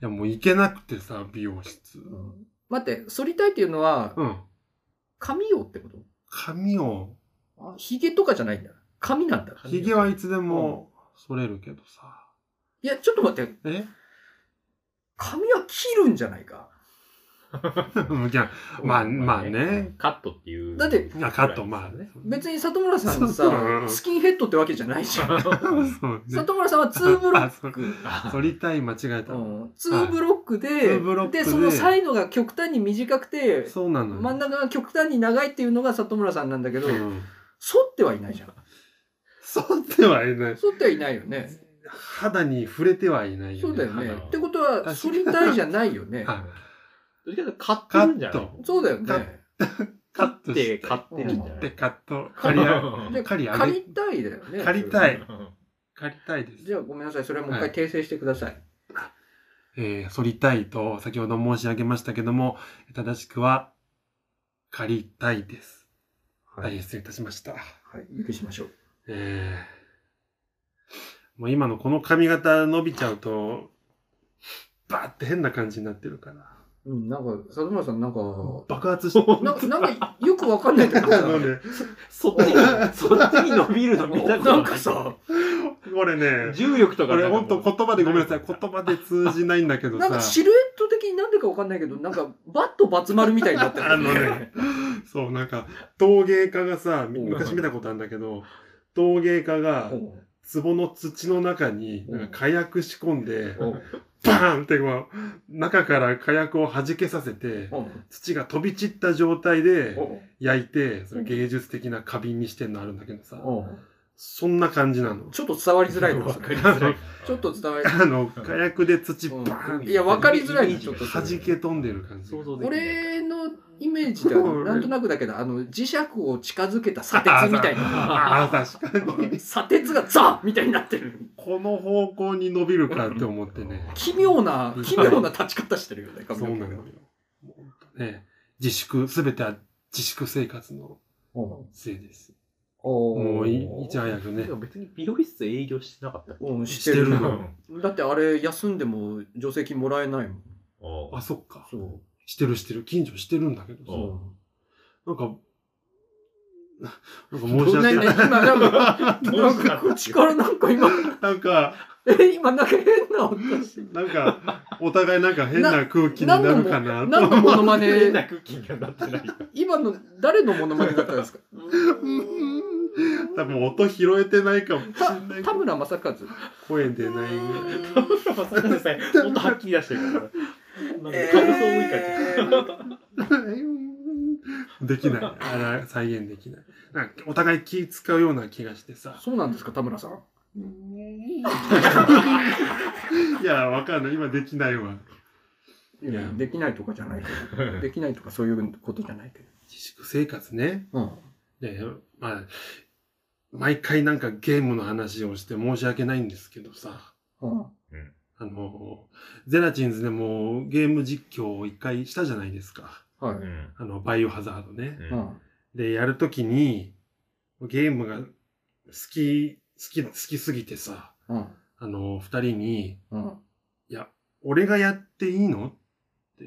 Speaker 2: いや、もう行けなくてさ、美容室。
Speaker 3: うん待って、反りたいっていうのは、
Speaker 2: うん。
Speaker 3: 髪をってこと
Speaker 2: 髪を、
Speaker 3: ヒゲとかじゃないんだ。髪なんだ。
Speaker 2: 髭はいつでも剃れるけどさ。
Speaker 3: いや、ちょっと待って、
Speaker 2: え
Speaker 3: 髪は切るんじゃないか。
Speaker 2: いや、まあ、まあね。
Speaker 1: カットっていう。
Speaker 3: だって
Speaker 2: いや、カット、まあね。
Speaker 3: 別に里村さん
Speaker 2: そうそう
Speaker 3: さ
Speaker 2: う、ん
Speaker 3: スキンヘッドってわけじゃないじゃん。
Speaker 2: そうね。
Speaker 3: 里村さんはツーブロ
Speaker 2: あ
Speaker 3: ッ
Speaker 2: そ
Speaker 3: ク。
Speaker 2: 剃りたい間違えた。
Speaker 3: うんツーブロッ
Speaker 2: ツ
Speaker 3: クで
Speaker 2: ーブロッ、クで
Speaker 3: で、そのサイドが極端に短くて、
Speaker 2: そうなのよ。
Speaker 3: 真ん中が極端に長いっていうのが里村さんなんだけど、
Speaker 2: う
Speaker 3: 反
Speaker 2: ん。
Speaker 3: ってはいないじゃん。
Speaker 2: 剃ってはいない。
Speaker 3: 反ってはいないよね。
Speaker 2: 肌に触れてはいないよ
Speaker 3: そ
Speaker 2: ね。
Speaker 3: うだよね。
Speaker 1: 肌
Speaker 3: っ
Speaker 1: は
Speaker 3: てことは、反りたいじゃないよね。
Speaker 2: 肌は
Speaker 1: どっちかというと買って
Speaker 2: カ
Speaker 1: るんじゃ
Speaker 2: ッ
Speaker 1: ない
Speaker 2: ト。
Speaker 3: そうだよ
Speaker 2: だ
Speaker 3: ね。
Speaker 2: カ
Speaker 1: 買
Speaker 2: ッ
Speaker 1: っ
Speaker 2: ト
Speaker 1: て、
Speaker 2: して
Speaker 1: 買ってるんじゃな
Speaker 2: で、
Speaker 1: い
Speaker 2: カット。借 り上
Speaker 3: で
Speaker 2: げ。借り上
Speaker 3: 借り
Speaker 2: げ。
Speaker 3: たいだよね。
Speaker 2: 借りたい
Speaker 1: う
Speaker 2: 借りたいです。
Speaker 3: じゃあごめんなさい。それはもう一回訂正してください。
Speaker 2: えー、剃りたいと先ほど申し上げましたけども、正しくは、借りたいです。
Speaker 3: は
Speaker 2: はい、
Speaker 3: い。
Speaker 2: 失礼いたしました。
Speaker 3: はい。許しましょう。
Speaker 2: えー、もう今のこの髪型伸びちゃうと、バーって変な感じになってるから。
Speaker 3: うん、なんか、里村さんなんか、
Speaker 2: 爆発してる。
Speaker 3: なんか、なんかよくわかん ないんだけど
Speaker 2: あ
Speaker 3: さ
Speaker 2: のね、
Speaker 1: そっちに、そっちに伸びるの見たこと
Speaker 3: なんかさ、
Speaker 2: これね、
Speaker 1: 重力と
Speaker 2: こ
Speaker 1: か
Speaker 2: れ
Speaker 1: な
Speaker 2: ほん
Speaker 1: んかも
Speaker 2: と
Speaker 1: う。
Speaker 2: 言葉でごめんなさい。言葉で通じないんだけど
Speaker 3: なん
Speaker 2: さ、
Speaker 3: かシルエット的になんでかわかんないけど、なんか、バットバツ丸みたいになってる。
Speaker 2: あのね。そう、なんか、陶芸家がさ、み昔見たことあるんだけど、陶芸家が
Speaker 3: う、ん
Speaker 2: 壺の土の中に、
Speaker 3: うん
Speaker 2: なんか火薬仕込んで、
Speaker 3: うん
Speaker 2: バーンってこう、中から火薬を弾けさせて、
Speaker 3: うん
Speaker 2: 土が飛び散った状態で
Speaker 3: うん
Speaker 2: 焼いて、その芸術的な花瓶にしてんのあるんだけどさ、
Speaker 3: うん
Speaker 2: そんな感じなの。
Speaker 3: ちょっと伝わりづらいの
Speaker 1: わかりづらい。
Speaker 3: ちょっと伝わりづらい
Speaker 2: あの、火薬で土バーンっ
Speaker 3: うん。
Speaker 2: て
Speaker 3: いや、わかりづらいのちょっと。
Speaker 2: 弾け飛んでる感じ。
Speaker 1: 想像できない。
Speaker 3: 俺のイメージでは、なんとなくだけど、あの、磁石を近づけた砂鉄みたいな。
Speaker 2: ああ、確かに。
Speaker 3: 砂鉄がザッみたいになってる。
Speaker 2: この方向に伸びるかって思ってね。
Speaker 3: 奇妙な、奇妙な立ち方してるよね、
Speaker 2: そうなのよ。も
Speaker 3: よ。
Speaker 2: うほんとね、自粛、すべては自粛生活の
Speaker 3: うん
Speaker 2: せいです。も
Speaker 3: お
Speaker 2: うい
Speaker 3: ー
Speaker 2: い、いち早くね
Speaker 1: で。も別に美容室営業してなかったっけ。
Speaker 3: うん、し
Speaker 2: しててる
Speaker 3: る。
Speaker 2: の。
Speaker 3: だってあれ、休んでも助成金もらえないもん。
Speaker 1: あ
Speaker 2: あ、そっか。
Speaker 3: そう。
Speaker 2: してるしてる。近所してるんだけどさ。
Speaker 1: そ
Speaker 2: なんか、なんか申し
Speaker 3: どんな
Speaker 2: 訳な
Speaker 3: 今、
Speaker 2: い。
Speaker 3: なんか、
Speaker 1: ど
Speaker 3: な
Speaker 1: うんした
Speaker 3: か、口からなんか今、
Speaker 2: なんか、
Speaker 3: え、今、なんか変な音して
Speaker 2: なんか、お互いなんか変な空気にな
Speaker 3: 何
Speaker 2: る
Speaker 3: のも
Speaker 2: かな
Speaker 3: 何のモノマ
Speaker 1: う。変な
Speaker 3: ネ、
Speaker 1: 空気にはなって ない。
Speaker 3: 今の誰のモノマネだったん ですか
Speaker 2: 多分音拾えてないかもしれ
Speaker 3: た
Speaker 2: ない。
Speaker 3: 田村正和。
Speaker 2: 声出ないぐらい。
Speaker 1: まさかさ、音はっきり出してるから。なんで感想多い から。
Speaker 2: できない。あれ、再現できない。なんかお互い気使うような気がしてさ。
Speaker 3: そうなんですか、田村さん。
Speaker 2: いや、わかんない。今できないわ。
Speaker 3: いや
Speaker 2: いや
Speaker 3: できないとかじゃないけど、できないとかそういうことじゃないけ
Speaker 2: 自粛生活ね。
Speaker 3: ど。うん。
Speaker 2: で、まあ、毎回なんかゲームの話をして申し訳ないんですけどさ。
Speaker 3: うん。
Speaker 2: あの、ゼラチンズでもゲーム実況を一回したじゃないですか。
Speaker 3: はい。
Speaker 1: うん
Speaker 2: あの、バイオハザードね。
Speaker 1: うん
Speaker 3: うん。
Speaker 2: で、やるときに、ゲームが好き、好き、好きすぎてさ、
Speaker 3: うん。
Speaker 2: あの、二人に、
Speaker 3: うん。
Speaker 2: 俺がやっていいのって、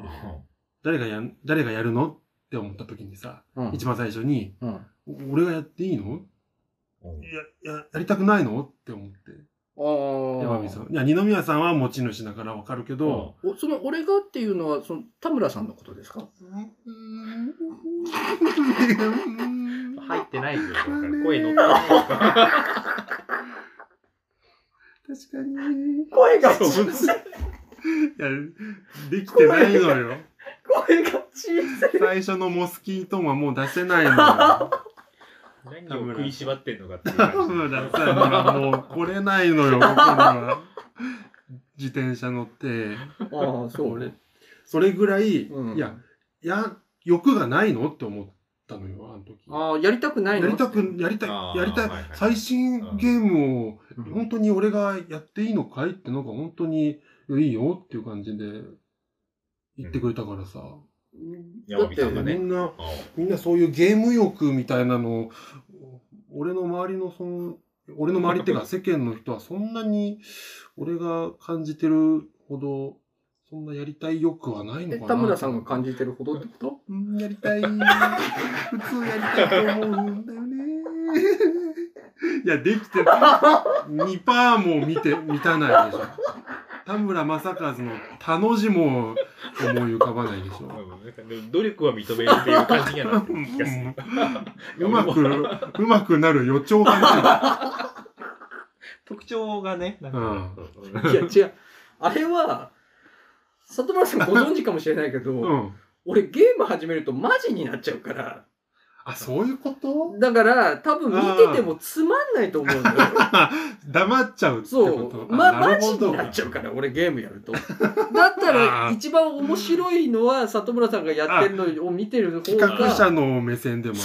Speaker 2: 誰がやん、誰がやるのって思ったときにさ、
Speaker 3: うん。
Speaker 2: 一番最初に、
Speaker 3: うん。
Speaker 2: 俺がやっていいのいや、や、やりたくないのって思って。
Speaker 3: お
Speaker 2: 山美さん。いや、二宮さんは持ち主だからわかるけど、
Speaker 3: おその俺がっていうのはその田村さんのことですか
Speaker 1: 入ってないよ。声乗ってない。
Speaker 2: 確かに。
Speaker 5: 声が
Speaker 2: そう
Speaker 5: 小さい。
Speaker 2: いや、できてないのよ。
Speaker 5: 声が小さい。
Speaker 2: 最初のモスキートンはもう出せないのよ。
Speaker 1: 何を食いしばってんのかっていう感
Speaker 2: 多分
Speaker 1: じ
Speaker 2: 出せないのがもう来れないのよ、ここには。自転車乗って。
Speaker 3: ああ、そうね。
Speaker 2: それぐらい、
Speaker 3: うん
Speaker 2: いや、いや、欲がないのって思ったのよ、あの時。
Speaker 3: ああ、やりたくないの
Speaker 2: やりたく、やりた
Speaker 1: あ
Speaker 2: い、
Speaker 1: ー
Speaker 2: やりたい
Speaker 1: はいはい。
Speaker 2: 最新ゲームを、
Speaker 3: うん
Speaker 2: 本当に俺がやっていいのかいって、なんか本当に、いいよっていう感じで、言ってくれたからさ。
Speaker 3: だっ
Speaker 1: 山尾
Speaker 3: て
Speaker 1: さ、
Speaker 2: み
Speaker 1: ね
Speaker 2: んな、
Speaker 1: ああ
Speaker 2: みんなそういうゲーム欲みたいなのを、俺の周りのその、俺の周りって いうか世間の人はそんなに俺が感じてるほど、そんなやりたい欲はないの
Speaker 3: え
Speaker 2: かな。
Speaker 3: 田村さんが感じてるほどってこ
Speaker 2: うん、やり たい。普通やりたいと思うんだよね。いや、できてる。2%も見て、満たないでしょ。田村正和の田の字も思い浮かばないでしょ。
Speaker 1: うんなんかでも努力は認めるっていう感じにはなってる気がする。
Speaker 2: うまく、うまくなる予兆がな
Speaker 4: 特徴がね、なん
Speaker 2: い。
Speaker 4: か
Speaker 2: うん。
Speaker 3: といや、違う。あれは、里村さんご存知かもしれないけど、
Speaker 2: うん。
Speaker 3: 俺ゲーム始めるとマジになっちゃうから、
Speaker 2: あ、そういうこと
Speaker 3: だから多分見ててもつまんないと思うんだよ。
Speaker 2: 黙っちゃうって
Speaker 3: そ
Speaker 2: こ
Speaker 3: う、
Speaker 2: と。
Speaker 3: ま、
Speaker 2: あ
Speaker 3: マジになっちゃうから、俺ゲームやる と。だったら、
Speaker 2: あー
Speaker 3: 一番面白いのは、里村さんがやってるのを見てる方
Speaker 2: 企画
Speaker 3: が、
Speaker 2: 者の目線でもある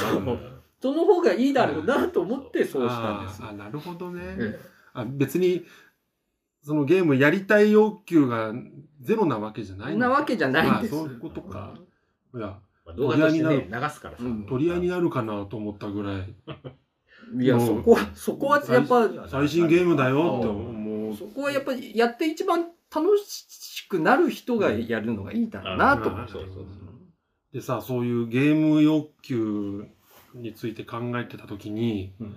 Speaker 3: そ。その方がいいだろうなと思ってそうしたんです
Speaker 2: あーあ、なるほどね。
Speaker 3: え
Speaker 2: あ別にそのゲームやりたい要求がゼロなわけじゃな
Speaker 3: え。そ
Speaker 2: い
Speaker 3: んなわけじゃないんです。
Speaker 2: あそういうことか。いや
Speaker 1: まあ動画としてね、流すからさ。
Speaker 3: うん
Speaker 2: 取り合いになるかなと思ったぐらい
Speaker 3: いや、
Speaker 2: もう
Speaker 3: そこは、そこはやっぱ、
Speaker 2: 最新ゲームだよって
Speaker 3: あー
Speaker 2: 思う
Speaker 3: そこはやっぱりやって一番楽しくなる人がやるのがいいだろうなと思う。
Speaker 1: そうそうそう
Speaker 2: でさそういうゲーム欲求について考えてた時に、
Speaker 3: うん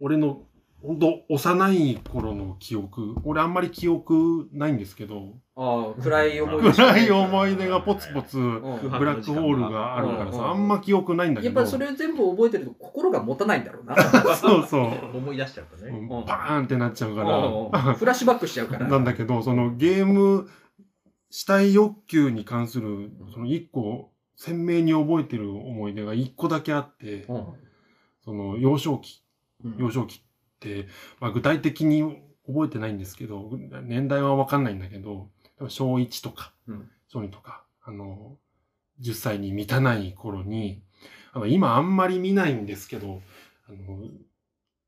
Speaker 2: 俺のほんと幼い頃の記憶俺あんまり記憶ないんですけど
Speaker 3: ああ、暗い思い出しかな
Speaker 2: 暗い 思い出がポツポツ
Speaker 3: うん
Speaker 2: ブラックホールがあるから
Speaker 3: う
Speaker 2: さ
Speaker 3: ん
Speaker 2: あんま記憶ないんだけ
Speaker 3: やっ
Speaker 2: ど
Speaker 3: ぱりそれを全部覚えてると心が持たないんだろうな。
Speaker 2: そう そう
Speaker 1: 思い出しちゃったね。
Speaker 2: バーンってなっちゃうから、
Speaker 3: うんフラッシュバックしちゃうから。
Speaker 2: なんだけど、そのゲーム死体欲求に関する、その一個、鮮明に覚えてる思い出が一個だけあって、その幼少期、幼少期って、まあ具体的に覚えてないんですけど、年代はわかんないんだけど、小1とか
Speaker 3: うん、
Speaker 2: 小2とか、あの、10歳に満たない頃に、あの今あんまり見ないんですけど、あの、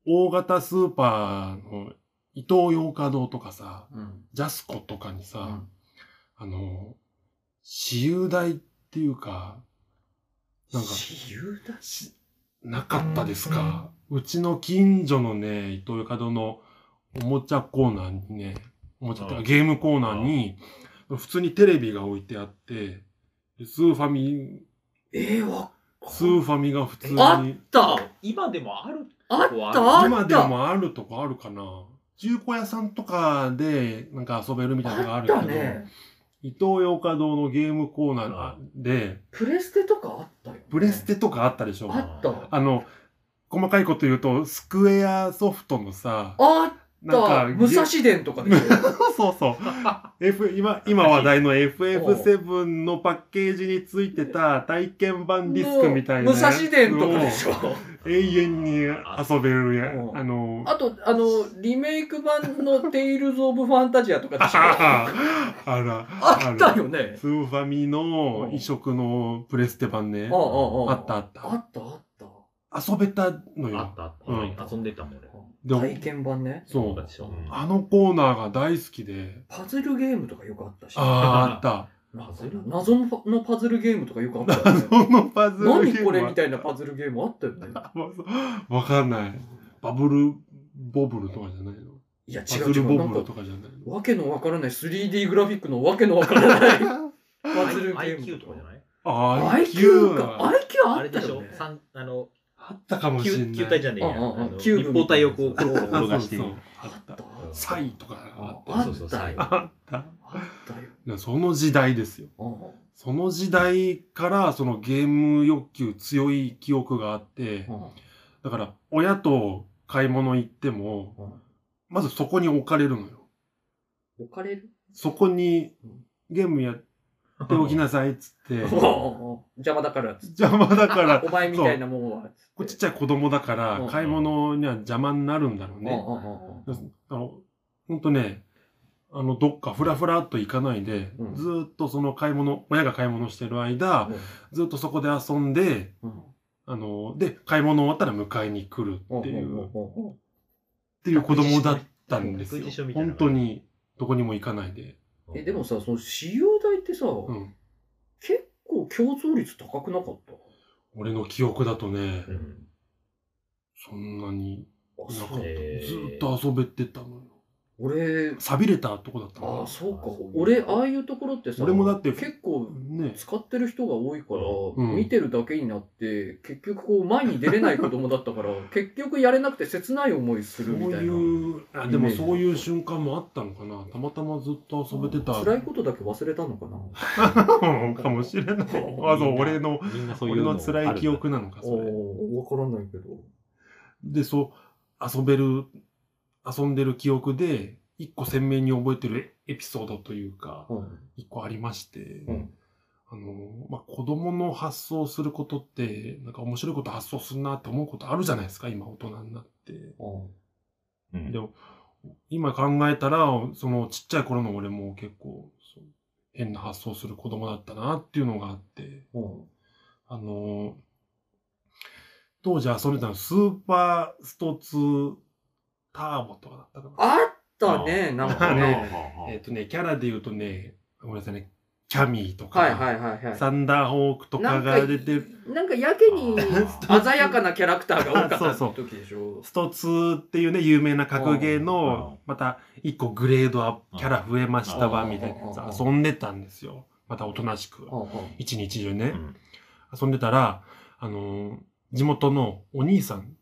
Speaker 2: 大型スーパーの伊東洋華堂とかさ、
Speaker 3: うん
Speaker 2: ジャスコとかにさ、
Speaker 3: うん
Speaker 2: あの、私有代っていうか、なんか、
Speaker 3: 自由だ
Speaker 2: しなかったですか。うちの近所のね、伊東洋華堂のおもちゃコーナーにね、おもちゃっていう
Speaker 1: ああ
Speaker 2: かゲームコーナーに、普通にテレビが置いてあって、スーファミ、
Speaker 3: ええわ
Speaker 2: スーファミが普通に、
Speaker 3: あった
Speaker 4: 今でもある
Speaker 3: あったあ
Speaker 2: 今
Speaker 3: っ
Speaker 2: で
Speaker 3: た
Speaker 2: もあるとこあるかな。中古屋さんとかでなんか遊べるみたいなのがあ
Speaker 3: あ
Speaker 2: る
Speaker 3: っ
Speaker 2: けど、
Speaker 3: たね。
Speaker 2: 伊東洋華堂のゲームコーナーで、
Speaker 3: プレステとかあったよね。
Speaker 2: プレステとかあったでしょ
Speaker 3: あった。
Speaker 2: あの、細かいこと言うと、スクエアソフトのさ、
Speaker 3: あっ
Speaker 2: なん
Speaker 3: た
Speaker 2: か、
Speaker 3: 武蔵
Speaker 2: ゲ
Speaker 3: 伝とかでしょ。
Speaker 2: そうそう そう。F、今、今話題の FF7 のパッケージについてた体験版ディスクみたいな
Speaker 3: 武
Speaker 2: やつを。
Speaker 3: 蔵伝とかでしょ。
Speaker 2: 永遠に遊べるや
Speaker 3: う、ん
Speaker 2: あの、
Speaker 3: あと、あの、リメイク版のテイルズ・オブ・ファンタジアとかでしょ。あ
Speaker 2: あら、
Speaker 3: ったよね。
Speaker 2: スーファミの移植のプレステ版ね。
Speaker 3: あああ
Speaker 2: あったあっ
Speaker 3: あ
Speaker 2: た。
Speaker 3: ったあった。
Speaker 2: 遊べたの
Speaker 1: あ
Speaker 2: よ
Speaker 1: っ。たあっ
Speaker 2: うん
Speaker 1: た。遊んでたもん俺。
Speaker 2: でも
Speaker 3: 体験版ね。
Speaker 2: そ
Speaker 1: 友
Speaker 2: う。
Speaker 1: 達と
Speaker 2: あのコーナーが大好き で。
Speaker 3: パズルゲームとかよくあったし。
Speaker 2: ああ、あった。
Speaker 3: なんか謎のパのパズルゲームとかよくあったよね。
Speaker 2: そのパズルゲーム
Speaker 3: 何
Speaker 2: は
Speaker 3: これみたいなパズルゲームあったよね。
Speaker 2: わかんない。バブルボブルとかじゃないの
Speaker 3: いや、
Speaker 2: パ
Speaker 3: 違
Speaker 2: ズ
Speaker 3: う違
Speaker 2: ル
Speaker 3: う。
Speaker 2: ボ
Speaker 3: なん
Speaker 2: ブル
Speaker 3: か、
Speaker 2: とかじゃないの
Speaker 3: わけのわからない 3D グラフィックのわけのわからないパズルゲー
Speaker 1: IQ
Speaker 3: ム
Speaker 1: とかじゃない
Speaker 2: あ
Speaker 3: IQ か。IQ
Speaker 1: あ
Speaker 3: あ
Speaker 1: れ
Speaker 3: っ
Speaker 1: で
Speaker 3: た
Speaker 1: し
Speaker 3: よ
Speaker 1: ょ
Speaker 3: ね。
Speaker 1: 三あの、
Speaker 2: あったかもしれな
Speaker 1: 球
Speaker 2: い。
Speaker 1: 球体じゃねえや。あ
Speaker 3: うんうんうん
Speaker 1: の
Speaker 3: 球部
Speaker 1: 立方体をこう、転
Speaker 2: あそう
Speaker 1: がしてい
Speaker 2: そう
Speaker 1: る。
Speaker 2: あった。
Speaker 1: うん
Speaker 2: サイとかあっ
Speaker 3: ああ
Speaker 1: そうそう
Speaker 3: っ
Speaker 1: そう
Speaker 3: たよ。あ
Speaker 2: あった
Speaker 3: ったよ。
Speaker 2: いや。その時代ですよ。
Speaker 3: うん
Speaker 2: その時代からそのゲーム欲求強い記憶があって、
Speaker 3: うん
Speaker 2: だから親と買い物行っても、まずそこに置かれるのよ。
Speaker 3: 置かれる
Speaker 2: そこにゲームやっておきなさいっつって、
Speaker 3: おうおう邪魔だからっつって
Speaker 2: 邪魔だから
Speaker 3: お、前みたいなもんはっつって
Speaker 2: こうちっちゃい子供だか
Speaker 3: うん
Speaker 2: ら
Speaker 3: うん
Speaker 2: 買い物には邪魔になるんだろうね。
Speaker 3: おうおうおう
Speaker 2: だからあのほんとね、あの、どっかふらふらっと行かないで、
Speaker 3: うん
Speaker 2: ずーっとその買い物、親が買い物してる間、ずーっとそこで遊んで、
Speaker 3: うんうん
Speaker 2: あの、で、買い物終わったら迎えに来る
Speaker 3: おうおうおうおう
Speaker 2: っていう、っていう子供だったんですよ
Speaker 1: 託児所。みたいな
Speaker 2: 本当に、どこにも行かないで。
Speaker 3: えでもさその使用代ってさ、
Speaker 2: うん。
Speaker 3: 結構競争率高くなかった
Speaker 2: 俺の記憶だとね、
Speaker 1: うん、
Speaker 2: そんなに
Speaker 3: あ
Speaker 2: なか
Speaker 3: そ
Speaker 2: った。ず
Speaker 3: う
Speaker 1: へー
Speaker 2: ーっと遊べてたのよ。
Speaker 3: 俺
Speaker 2: 錆びれたとこだった
Speaker 3: あ
Speaker 2: の
Speaker 3: あそうか
Speaker 1: あそう
Speaker 3: 俺ああいうところってさ
Speaker 2: 俺もだって
Speaker 3: 結構
Speaker 2: ね。
Speaker 3: 使ってる人が多いから、
Speaker 2: うん
Speaker 3: 見てるだけになって結局こう前に出れない子供だったから 結局やれなくて切ない思いす
Speaker 2: そう
Speaker 3: るみたいな
Speaker 2: いう、あでもそういう瞬間もあったのかな。たまたまずっと遊べてた。
Speaker 3: 辛いことだけ忘れたのかな
Speaker 2: かもしれない。 あ、そう、俺の、
Speaker 1: みんなそうい
Speaker 2: 俺
Speaker 1: う
Speaker 2: の辛い記憶
Speaker 1: な
Speaker 2: なのか、それ。
Speaker 3: 分からないけど
Speaker 2: で、そう、遊べる、遊んでる記憶で、一個鮮明に覚えてるエピソードというか、一個ありまして、
Speaker 3: ん
Speaker 2: あの、まあ、子供の発想することって、なんか面白いこと発想するなって思うことあるじゃないですか、今大人になって。
Speaker 1: うん
Speaker 2: でも、今考えたら、そのちっちゃい頃の俺も結構、そう変な発想する子供だったなっていうのがあって、あの、当時遊んでたのスーパースト2ターボとかだったかな。
Speaker 3: あったねなんかね
Speaker 2: えっ、とね、キャラで言うとね、ごめんなさいね、キャミーとか、
Speaker 3: はいはいはいはい
Speaker 2: サンダーホークとかが出てる、
Speaker 3: なんかや けに
Speaker 1: あ
Speaker 3: 鮮やかなキャラクターが多かっ
Speaker 2: そう
Speaker 3: た
Speaker 2: そ
Speaker 3: 時でしょ
Speaker 2: スト2っていうね、有名な格ゲー
Speaker 1: うん
Speaker 2: の、また一個グレードアッ
Speaker 1: う
Speaker 2: プ、
Speaker 1: ん
Speaker 2: キャラ増えましたわ、
Speaker 3: うん
Speaker 2: みたいな
Speaker 3: う
Speaker 2: や
Speaker 3: ん
Speaker 2: つ遊んでたんですよ。またおとなしく。
Speaker 3: うんうん
Speaker 2: 一日中ね、
Speaker 1: うん
Speaker 2: 遊んでたら、あのー地元のお兄さん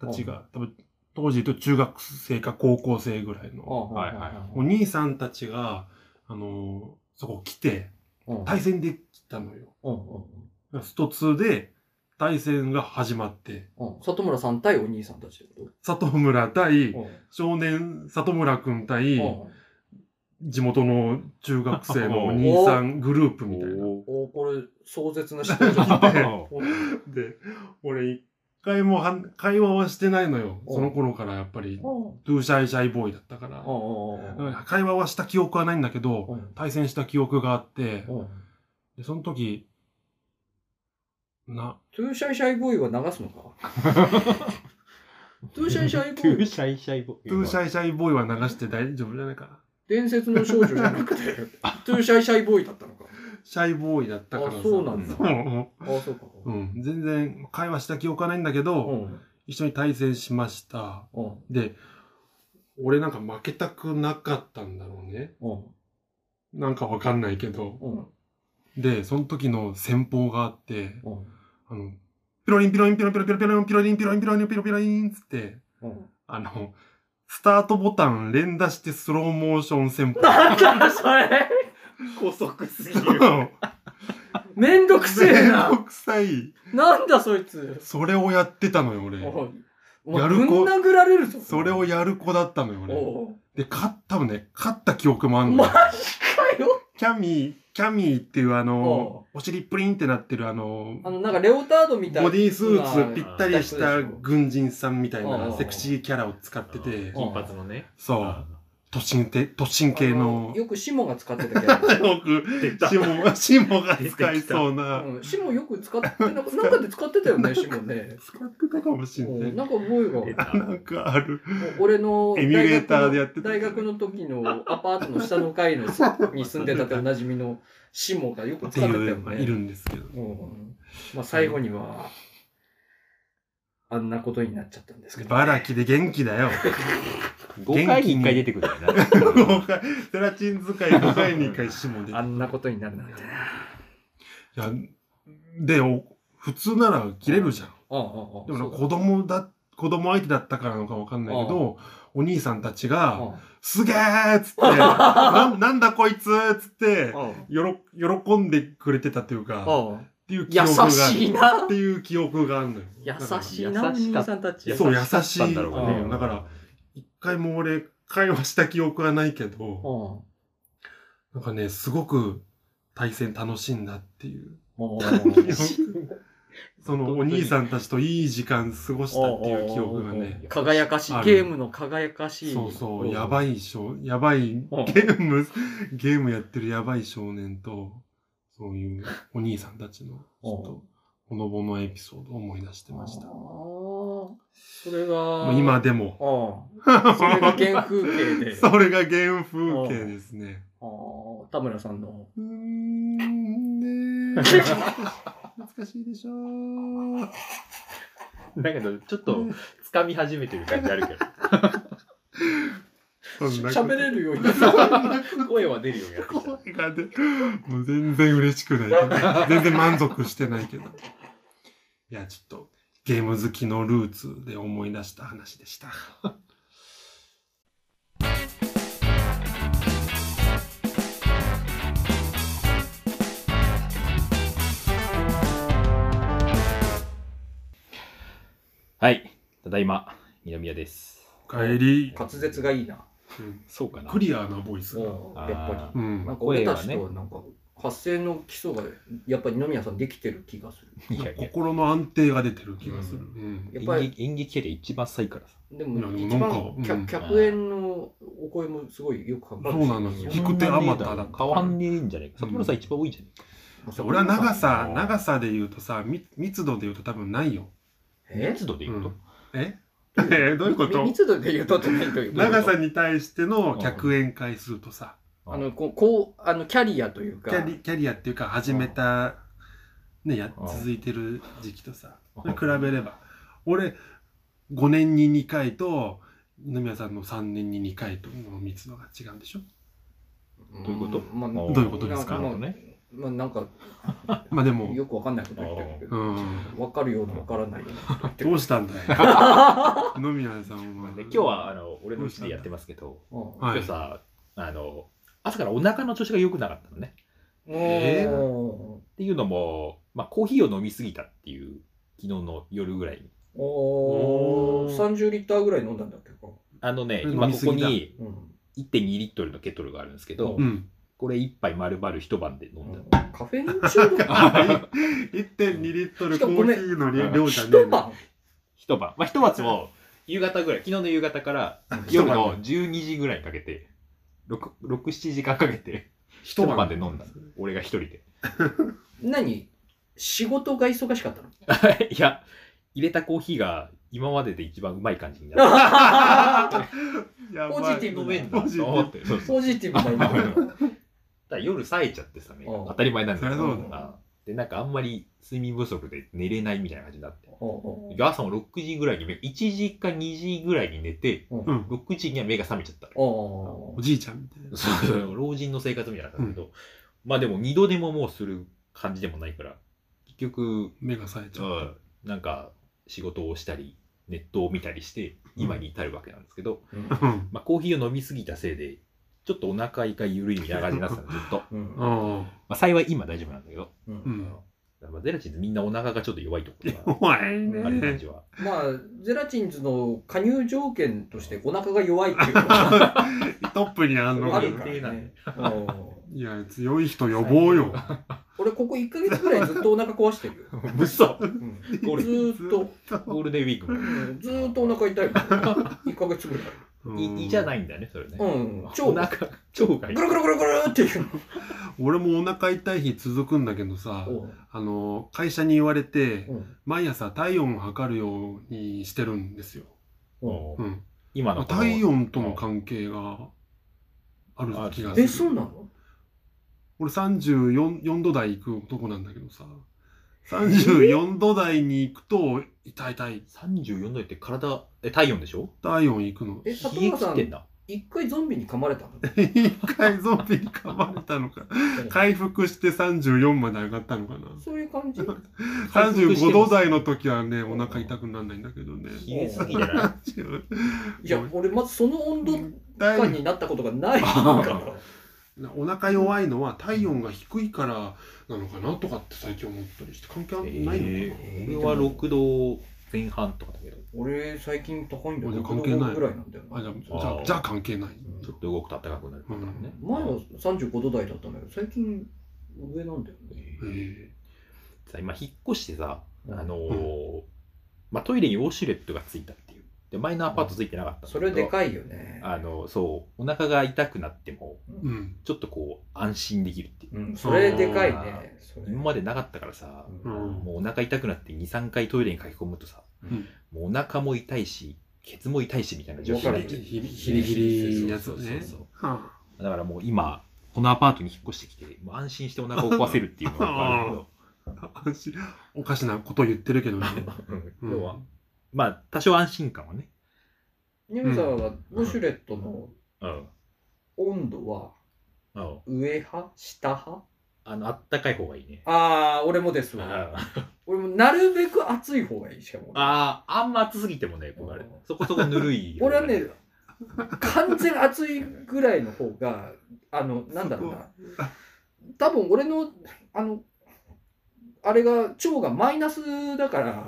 Speaker 2: たちが、多分当時で言うと中学生か高校生ぐらいの、
Speaker 1: はいはい
Speaker 2: お兄さんたちが、あのーそこ来て、
Speaker 3: うん
Speaker 2: 対戦できたのよ。
Speaker 3: うんうん
Speaker 2: スト2で対戦が始まって、
Speaker 3: うん里村さん対お兄さんたちってこ
Speaker 2: 里村対
Speaker 3: と
Speaker 2: 少年里村くん対、
Speaker 3: うん
Speaker 2: 地元の中学生 のお兄さんグループみたいな。
Speaker 3: おこれ壮絶な指導じゃん
Speaker 2: で、俺一回もはん会話はしてないのよ。その頃からやっぱり、トゥーシャイシャイボーイだったから。だから会話はした記憶はないんだけど、対戦した記憶があって、でその時、な、
Speaker 3: トゥーシャイシャイボーイは流す のかトゥーシャイシャイボ
Speaker 1: トゥ
Speaker 3: ー
Speaker 1: ー
Speaker 3: イ
Speaker 1: シャイシャイボ
Speaker 2: トゥーシ
Speaker 1: イ
Speaker 2: ャイシャイボーイは流して大丈夫じゃないかな。
Speaker 3: 伝説の少女じゃなく てトゥーシャイシャイボーイだったのか
Speaker 2: シャイボーイだったからさ
Speaker 3: あそうなんだ
Speaker 2: うん
Speaker 3: ああそうか
Speaker 2: うんうん全然会話した記憶はないんだけど、
Speaker 3: うん
Speaker 2: 一緒に対戦しました。
Speaker 3: うん
Speaker 2: で、俺なんか負けたくなかったんだろうね。
Speaker 3: うん
Speaker 2: なんかわかんないけど。
Speaker 3: うん
Speaker 2: で、その時の戦法があって、
Speaker 3: うん
Speaker 2: あの、ピロリンピロリンピロピロピロピロンピロリンピロリンピロリンピロピロリンっつって、
Speaker 3: うん
Speaker 2: あの、スタートボタン連打してスローモーション戦法。
Speaker 3: なんだそれ古速すぎるめんどくせえ
Speaker 2: めん
Speaker 3: な
Speaker 2: どくさい。
Speaker 3: なんだそいつ
Speaker 2: それをやってたのよ、俺。
Speaker 3: おいお前
Speaker 2: や
Speaker 3: ぶ
Speaker 2: る
Speaker 3: ん
Speaker 2: 子
Speaker 3: 殴られるぞ
Speaker 2: それをやる子だったのよ、俺。
Speaker 3: おう
Speaker 2: で、勝ったのね、勝った記憶もあんの
Speaker 3: マ
Speaker 2: よ。
Speaker 3: ジかよ
Speaker 2: キャミー、キャミーっていうあの、お尻プリンってなってるあの、
Speaker 3: あのなんかレオタードみたいな
Speaker 2: ボディースーツぴったりした軍人さんみたい
Speaker 3: うん
Speaker 2: なセクシーキャラを使ってて、
Speaker 1: 金髪のね
Speaker 2: そう、都心て、都心系の
Speaker 3: あ、よくシモが使ってたけど
Speaker 2: よく、
Speaker 1: 出た
Speaker 2: シモが、シモが
Speaker 1: 出てきた
Speaker 2: 使いそうな、
Speaker 3: うんシモよく使って なんかなんかで使ってたよねシモね
Speaker 2: 使ってたかもしれな
Speaker 3: う
Speaker 2: い
Speaker 3: ん。なんか覚えが
Speaker 1: 出
Speaker 3: もう
Speaker 1: た
Speaker 2: なんかある。
Speaker 3: 俺の
Speaker 2: エミュレーターでやってた
Speaker 3: 大学の時のアパートの下の階のに住んでたっておなじみのシモがよく
Speaker 2: っ
Speaker 3: 使
Speaker 2: て
Speaker 3: って
Speaker 2: い
Speaker 3: たよ
Speaker 2: うのがいる
Speaker 3: ね
Speaker 2: んですけど。
Speaker 3: うんまあ最後にはあんなことになっちゃったんですけど
Speaker 2: バラキで元気だ よ。
Speaker 1: 5回に1回出てくるんだよ
Speaker 2: 5回、ゼラチン使い5回に1回シモで。い
Speaker 3: あんなことになるなんてね
Speaker 2: や、で、お普通なら切れるじゃん。
Speaker 3: うんうんうん
Speaker 2: でもな
Speaker 3: そう
Speaker 2: 子供だ、子供相手だったからなのかわかんないけど、お兄さんたち
Speaker 3: だ
Speaker 2: が、すげーっつって、ななんだこいつっつって、
Speaker 3: うん
Speaker 2: よろ、喜んでくれてたというか、っ
Speaker 3: うんうん
Speaker 2: ていう記
Speaker 3: 優
Speaker 2: 憶が、
Speaker 3: しいな
Speaker 2: っていう記憶があるのよ。
Speaker 3: 優
Speaker 2: だから
Speaker 3: しいなお兄さんたち
Speaker 2: そう、優
Speaker 1: 優しかった
Speaker 2: し
Speaker 1: ん
Speaker 2: い
Speaker 1: だろう
Speaker 3: ね
Speaker 2: うんだから、一回も俺、会話した記憶はないけど、
Speaker 3: うん
Speaker 2: なんかね、すごく対戦楽しんだって いう。
Speaker 3: お
Speaker 2: そのお兄さんたちといい時間過ごしたっていう記憶がね。
Speaker 3: 輝かしい、ゲームの輝かしい。
Speaker 2: そうそう、
Speaker 3: ん
Speaker 2: やばい少、やばい、ゲーム、 ゲームやってるやばい少年と、そういうお兄さんたちの、ちょっと、ほのぼのエピソードを思い出してました
Speaker 3: あ。ーそれが、
Speaker 2: もう今でも。
Speaker 3: ああそれが原風景で、あ
Speaker 2: それが原風景ですね。
Speaker 3: あ田村さんの。
Speaker 2: うーん、ねえ懐かしいでしょう。
Speaker 1: だけど、ちょっと、掴み始めてる感じあるけど。
Speaker 2: そんなこと
Speaker 3: 喋れるように
Speaker 1: 声は出るようになってきた。
Speaker 2: 声が出るもう全然嬉しくない。全然満足してないけど。いや、ちょっと、ゲーム好きのルーツで思い出した話でした。
Speaker 4: はい。ただいま、二宮です。
Speaker 2: おかえり。
Speaker 5: 滑舌がいいな。
Speaker 2: うん
Speaker 4: そうかな
Speaker 2: クリアなボイス
Speaker 3: うん
Speaker 2: が。
Speaker 5: やっぱ
Speaker 2: う
Speaker 3: り。
Speaker 2: ん
Speaker 3: なん。か俺たちとなんか発声の基礎がやっぱり二宮さんできてる気がする。
Speaker 4: いやいや
Speaker 2: 心の安定が出てる気がする。
Speaker 1: う
Speaker 2: うん。
Speaker 3: やっ
Speaker 4: 演
Speaker 3: ぱり
Speaker 4: 劇演劇系で一番浅いからさ。
Speaker 3: で
Speaker 2: いや
Speaker 3: も
Speaker 2: でも
Speaker 3: 一
Speaker 2: なんか
Speaker 3: 番
Speaker 2: うん
Speaker 3: 客客演のお声もすごいよくかかるし。
Speaker 2: そうなのよ低くてあまただ
Speaker 4: 変わんねえんじゃねえか。里村さん一番多いんじゃねえか。
Speaker 2: 俺は長さ、長さで言うとさ、み密度で言うと多分ないよ。
Speaker 3: え
Speaker 4: 密度で言うと。
Speaker 2: ええどういうこと
Speaker 3: み密度で言うとって何という
Speaker 2: 長さに対しての客演回数とさ、
Speaker 3: あのこうこうあのキャリアという
Speaker 2: キ
Speaker 3: か
Speaker 2: ャリキャリアっていうか始めた、ね、や
Speaker 4: うん
Speaker 2: 続いてる時期とさ、そ
Speaker 4: うん
Speaker 2: れ比べれば、俺5年に2回と、二宮さんの3年に2回との密度が違うんでしょ
Speaker 4: どういうこと
Speaker 3: まあ
Speaker 4: ど
Speaker 2: どういうことです
Speaker 4: な
Speaker 2: か
Speaker 4: る
Speaker 3: ま
Speaker 4: ほど
Speaker 3: あ
Speaker 4: ね。
Speaker 3: まあなんか
Speaker 2: まあでも、
Speaker 3: よくわかんないこと言ってるけ
Speaker 2: う
Speaker 3: ど、
Speaker 2: ん。
Speaker 3: わかるようなわからないようなこと言って
Speaker 2: ど
Speaker 3: る。
Speaker 2: うしたんだよ。二宮さんは。
Speaker 1: で今日は、あの、俺の家でやってますけど、
Speaker 3: うん
Speaker 2: は
Speaker 1: 今
Speaker 2: い
Speaker 1: 日さ、あの、朝からお腹の調子が良くなかったのね。
Speaker 2: えー
Speaker 3: お
Speaker 1: っていうのも、まあ、コーヒーを飲みすぎたっていう、昨日の夜ぐらいに。
Speaker 3: ーお
Speaker 2: おー
Speaker 3: ー30リッターぐらい飲んだんだっけか、
Speaker 1: あのね、
Speaker 2: う
Speaker 1: 今
Speaker 2: ん飲
Speaker 1: こ
Speaker 2: みす
Speaker 1: こ
Speaker 2: ぎだ
Speaker 1: に
Speaker 3: うん
Speaker 1: 1.2リットルのケトルがあるんですけど、
Speaker 3: う
Speaker 2: うん。
Speaker 1: これ1杯丸々一晩で飲んだ。
Speaker 3: カフェイン中 毒
Speaker 2: 1.2リットルコーヒーの量じゃね えの。
Speaker 1: 一晩。まあ、一晩も、夕方ぐらい、昨日の夕方から夜の12時ぐらいにかけて、6、6 7時間かけて、一晩で飲んだ。俺が一人で。
Speaker 3: 何仕事が忙し かったの
Speaker 1: いや、入れたコーヒーが今までで一番うまい感じになっ
Speaker 2: やばい
Speaker 3: ポジテ
Speaker 1: た。
Speaker 3: ィブ
Speaker 1: 飲めん
Speaker 2: ポ
Speaker 1: だ
Speaker 2: ジテ
Speaker 1: と
Speaker 2: ィブ
Speaker 1: 思って。そうそう
Speaker 3: ポジティブな意味だ
Speaker 1: だ
Speaker 3: よ
Speaker 1: から夜冴えちゃってさ、目が
Speaker 3: うん
Speaker 1: 当たり前なんだけ
Speaker 2: そりゃそう
Speaker 3: だ
Speaker 1: ど。で、なんかあんまり睡眠不足で寝れないみたいな感じになって。
Speaker 3: おうおう
Speaker 1: で朝も6時ぐらいに目、1時か2時ぐらいに寝て、
Speaker 2: うん。
Speaker 1: 6時には目が覚めちゃった。
Speaker 3: お
Speaker 2: おじいちゃんみたいな。
Speaker 1: そうそう老人の生活みたいな感じだけど、まあでも二度でももうする感じでもないから、結局、
Speaker 2: 目が冴えち
Speaker 1: う
Speaker 2: ゃう。
Speaker 1: ん、なんか仕事をしたり、ネットを見たりして、今に至るわけなんですけど、
Speaker 3: うん
Speaker 2: うん。
Speaker 1: まあコーヒーを飲みすぎたせいで、ちょっとお腹が緩いみたいな感じになってたの、ずっと。ま
Speaker 3: うん
Speaker 2: うん。
Speaker 1: あ幸い今大丈夫なんだけど、
Speaker 3: う
Speaker 2: うんん。
Speaker 1: まあ、ゼラチンってみんなお腹がちょっと弱いところ
Speaker 2: お前
Speaker 1: が ある感
Speaker 2: ね。
Speaker 1: じは。
Speaker 3: まあゼラチンズの加入条件としてお腹が弱いっていうのが
Speaker 2: トップにあんのが
Speaker 3: ある
Speaker 2: い
Speaker 3: から
Speaker 1: 限定なん
Speaker 3: ねおう
Speaker 2: や、強い人呼ぼうよ。。
Speaker 3: 俺ここ1ヶ月ぐらいずっとお腹壊してるよ
Speaker 1: 嘘
Speaker 3: うんず
Speaker 1: ゴールデン
Speaker 3: ーっと
Speaker 1: ゴールデンウィークも。
Speaker 3: うんずーっとお腹痛いもん1ヶ月ぐらい
Speaker 1: いいじゃないいんだよね、それね。
Speaker 3: うん
Speaker 1: お
Speaker 3: 腸が
Speaker 1: 腹、腸が
Speaker 3: ぐるぐるぐるぐるっていう
Speaker 2: 俺もお腹痛い日続くんだけどさ、
Speaker 3: おう
Speaker 2: あの、会社に言われて、
Speaker 3: うん
Speaker 2: 毎朝体温を測るようにしてるんですよ。
Speaker 3: おう
Speaker 2: うん。
Speaker 1: 今のこの
Speaker 2: 体温との関係がある気がする。
Speaker 3: えそうなの
Speaker 2: 俺34 4度台行く男なんだけどさ、34度台に行くと、痛い痛い。
Speaker 1: 34度って体、え、体温でしょ
Speaker 2: 体温行くの。
Speaker 3: え
Speaker 1: 冷
Speaker 3: 里
Speaker 1: え
Speaker 3: 村
Speaker 1: 切
Speaker 3: さ
Speaker 1: ってん
Speaker 3: ん
Speaker 1: だ。
Speaker 3: 一回ゾンビに噛まれたの
Speaker 2: 一回ゾンビに噛まれたのか。 回復して34まで上がったのかな。
Speaker 3: そういう感じ
Speaker 2: 35度台の時はね、お腹痛くならないんだけどね。
Speaker 1: 冷えすぎじゃない
Speaker 3: いや俺まずその温度
Speaker 2: 体
Speaker 3: 感になったことがな いから
Speaker 2: お腹弱いのは体温が低いからなのかなとかって最近思ったりして関係ないのかな、
Speaker 1: 俺は6度前半とかだけど、
Speaker 3: 俺、最近高いんだ
Speaker 2: あ
Speaker 3: け
Speaker 2: じゃあ
Speaker 3: ど、
Speaker 2: 関係ない
Speaker 3: 100ぐらいなんだよ
Speaker 2: あ
Speaker 3: な。
Speaker 2: じ
Speaker 1: あ
Speaker 2: ゃあじゃ
Speaker 1: ー
Speaker 2: あじゃあ関係ない。
Speaker 1: ちょっと動くと暖かくなるパターンね。
Speaker 3: 前は35度台だったんだけど、最近上なんだよね。
Speaker 1: え
Speaker 2: え
Speaker 1: ー
Speaker 2: ー
Speaker 1: さ今引っ越してさ、あのー
Speaker 2: う
Speaker 1: まあ、トイレにウォシュレットがついたっていうで前のアパートついてなかったんだけど
Speaker 3: それでかいよね。
Speaker 1: あのそうお腹が痛くなっても
Speaker 2: うん。
Speaker 1: ちょっとこう安心できるっていう、
Speaker 3: うん、それでかいね。それ
Speaker 1: 今までなかったからさ、
Speaker 2: うん
Speaker 1: もうお腹痛くなって23回トイレに駆け込むとさ、
Speaker 2: うん
Speaker 1: もうお腹も痛いしケツも痛いしみたいな
Speaker 3: わかる
Speaker 1: になっちゃう
Speaker 2: ヒリヒリヒリやつ
Speaker 1: そうそう
Speaker 2: ね
Speaker 1: そうそう。
Speaker 2: は
Speaker 1: だからもう今このアパートに引っ越してきてもう安心してお腹を壊せるっていうのがあるんだけど
Speaker 2: あ安心おかしなこと言ってるけどね。
Speaker 1: うん要は、まあ多少安心感はね、
Speaker 3: ニムさんはウォシュレットの
Speaker 1: うん
Speaker 3: 温度は
Speaker 1: うん、
Speaker 3: 上派下派
Speaker 1: あのあったかい方がいいね
Speaker 3: ああ、俺もですわ。
Speaker 1: あ
Speaker 3: 俺もなるべく暑い方がいい、しかも。
Speaker 1: あーあんま暑すぎてもねこれ
Speaker 3: うん
Speaker 1: そこそこぬるい
Speaker 3: 俺はね、完全暑いぐらいの方が、あの、なんだろうな。多分俺の、あの、あれが、腸がマイナスだから、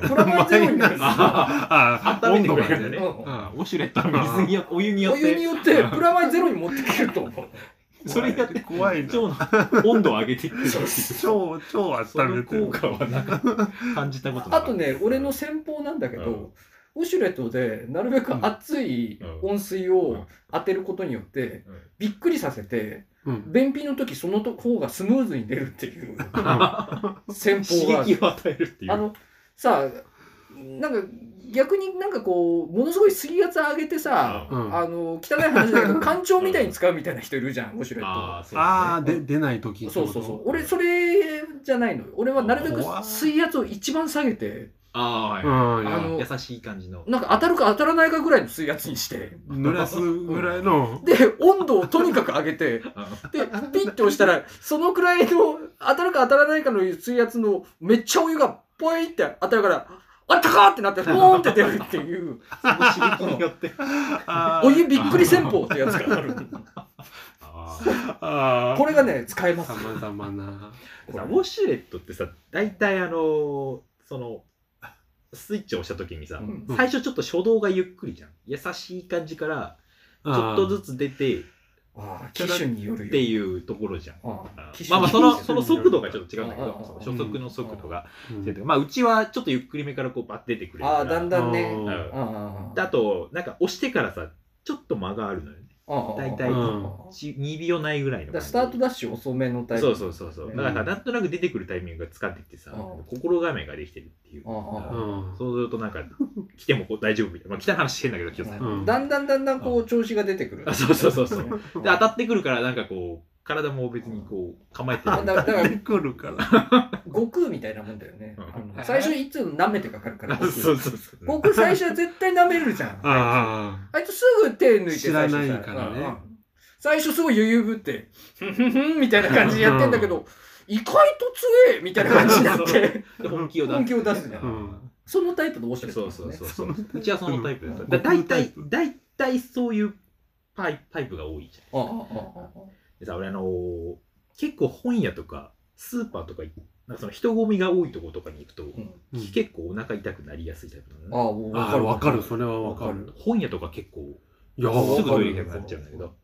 Speaker 3: プラマイゼロになるんですよ
Speaker 2: ああ、
Speaker 1: 温
Speaker 2: 温
Speaker 1: 度
Speaker 2: 度
Speaker 1: が
Speaker 2: が
Speaker 1: ね
Speaker 2: ね。
Speaker 3: う
Speaker 2: あ
Speaker 1: ウォシュレットの水によお湯に
Speaker 3: ん
Speaker 1: よ
Speaker 3: お
Speaker 1: っ
Speaker 3: 湯に
Speaker 1: て
Speaker 3: よってプラマイゼロに持ってくると思う。
Speaker 1: それやって
Speaker 2: 怖いな
Speaker 1: 腸の温度を上げていってる
Speaker 2: 超、超
Speaker 1: そ
Speaker 2: 温め
Speaker 1: の
Speaker 2: て
Speaker 1: 効
Speaker 2: る。
Speaker 1: 果はなんか感じたことな
Speaker 3: あ
Speaker 1: かった
Speaker 3: とね、俺の戦法なんだけど、ウォシュレットでなるべく熱い温水を当てることによって
Speaker 1: うん、
Speaker 3: びっくりさせて、
Speaker 2: うん。
Speaker 3: 便秘の時その方がスムーズに出るっていう戦
Speaker 1: 刺
Speaker 3: 法がある
Speaker 1: 激を与えるっていう
Speaker 3: あのさあなんか逆になんかこうものすごい水圧上げてさ、
Speaker 2: うん
Speaker 3: あの汚い話だけ ど艦長みたいに使うみたいな人いるじゃんウォシュレッ
Speaker 1: あーそう
Speaker 2: ああ、
Speaker 1: ね
Speaker 2: で、出ないとき
Speaker 3: トそうそうそう俺それじゃないのよ俺はなるべく水圧を一番下げて
Speaker 1: あー
Speaker 2: う
Speaker 1: はい
Speaker 2: ん。い
Speaker 3: あ
Speaker 2: や
Speaker 3: の
Speaker 1: 優しい感じの
Speaker 3: なんか当たるか当たらないかぐらいの水圧にして
Speaker 2: 濡らすぐらい の。
Speaker 3: で温度をとにかく上げてで、ピッて押したら、そのくらいの、当たるか当たらないかの水圧の、めっちゃお湯が、ぽいって当たるから、あったかーってなって、ポーンって出るっていう、
Speaker 1: その刺激によって
Speaker 2: あー
Speaker 3: お湯びっくり戦法ってやつがある。
Speaker 1: あ
Speaker 2: あー
Speaker 3: これがね、使えます
Speaker 2: さ。まざま な。
Speaker 1: ーさウォシュレットってさ大体あのーそのスイッチを押した時にさ、
Speaker 3: うん
Speaker 1: 最初ちょっと初動がゆっくりじゃん優しい感じからちょっと
Speaker 2: つ。
Speaker 1: ずつ出てっ
Speaker 3: ああ、機種による
Speaker 1: て
Speaker 3: よ。
Speaker 1: いうところじゃん
Speaker 3: ああ機
Speaker 1: まあ
Speaker 3: 種
Speaker 1: まあそ
Speaker 3: による
Speaker 1: のその速度がちょっと違うんだけ
Speaker 3: うん
Speaker 1: どその初速の速度が、
Speaker 2: うん
Speaker 1: まあうちはちょっとゆっくりめからこうバッて出てくれるから
Speaker 3: ああ、だんだんね。
Speaker 1: う
Speaker 2: あ
Speaker 1: ん
Speaker 3: ああ
Speaker 1: であとなんか押してからさちょっと間があるのよね
Speaker 3: ああ、
Speaker 1: 大体
Speaker 3: うん
Speaker 1: ち2秒ないぐらいの感
Speaker 3: だから
Speaker 1: じ
Speaker 3: スタートダッシュ遅めのタイプ。
Speaker 1: そうそうそうそう。だからなんとなく出てくるタイミングが使ってきてさ、
Speaker 3: うん
Speaker 1: 心構えができてるっていう。
Speaker 3: ああああ
Speaker 2: うん
Speaker 1: そうするとなんか、来てもこう大丈夫みたいな。まあ、来た話してんだけど、気をつけて。
Speaker 2: うん
Speaker 3: だんだんだんだんこう調子が出てくる。
Speaker 1: あそうそうそうそうで、当たってくるから、なんかこう、体も別にこう、構えて
Speaker 3: だ
Speaker 1: る。
Speaker 3: だから
Speaker 2: 出てくる から。
Speaker 3: 悟空みたいなもんだよね。
Speaker 1: うん
Speaker 3: あの最初いつも舐めてかかるから。
Speaker 1: あ
Speaker 3: 悟空
Speaker 1: そうそうそう。
Speaker 3: 僕最初は絶対舐めるじゃん。あ
Speaker 2: あ
Speaker 3: いつすぐ手抜いて
Speaker 2: 知らないからね
Speaker 3: 最初さうん最初すごい余裕ぶって、ふんふんふんみたいな感じでやってんだけど、意外と強えみたいな感じになって、
Speaker 1: で本気を出す。
Speaker 3: 本気を出すじゃ
Speaker 2: あ。
Speaker 3: ん
Speaker 2: うん。
Speaker 3: そのタイプのウォシュレット
Speaker 1: そう
Speaker 3: です
Speaker 1: そう
Speaker 3: ね。
Speaker 1: そう そう。うちはそのタイプだった。
Speaker 2: うん
Speaker 1: だ大
Speaker 2: 僕のタイ
Speaker 1: 体、
Speaker 2: プ
Speaker 1: 大体そういうタイタイプが多いじゃん。
Speaker 3: ああああああ
Speaker 1: でさ、俺あのー結構本屋とか、スーパーとか行っ、なんかその人混みが多いとことかに行くと、
Speaker 3: うん
Speaker 2: うん
Speaker 1: 結構お腹痛くなりやすいタイプなの
Speaker 3: あ
Speaker 1: ね。
Speaker 3: あ、もう
Speaker 2: あ
Speaker 3: わか
Speaker 2: ー
Speaker 3: る
Speaker 2: わかる、それはわか
Speaker 3: わか
Speaker 2: る。
Speaker 1: 本屋とか結構
Speaker 2: いや、
Speaker 1: す
Speaker 2: わ
Speaker 1: ぐ
Speaker 2: か
Speaker 1: トイレ行
Speaker 2: る
Speaker 1: きたくなっちゃうんだけど。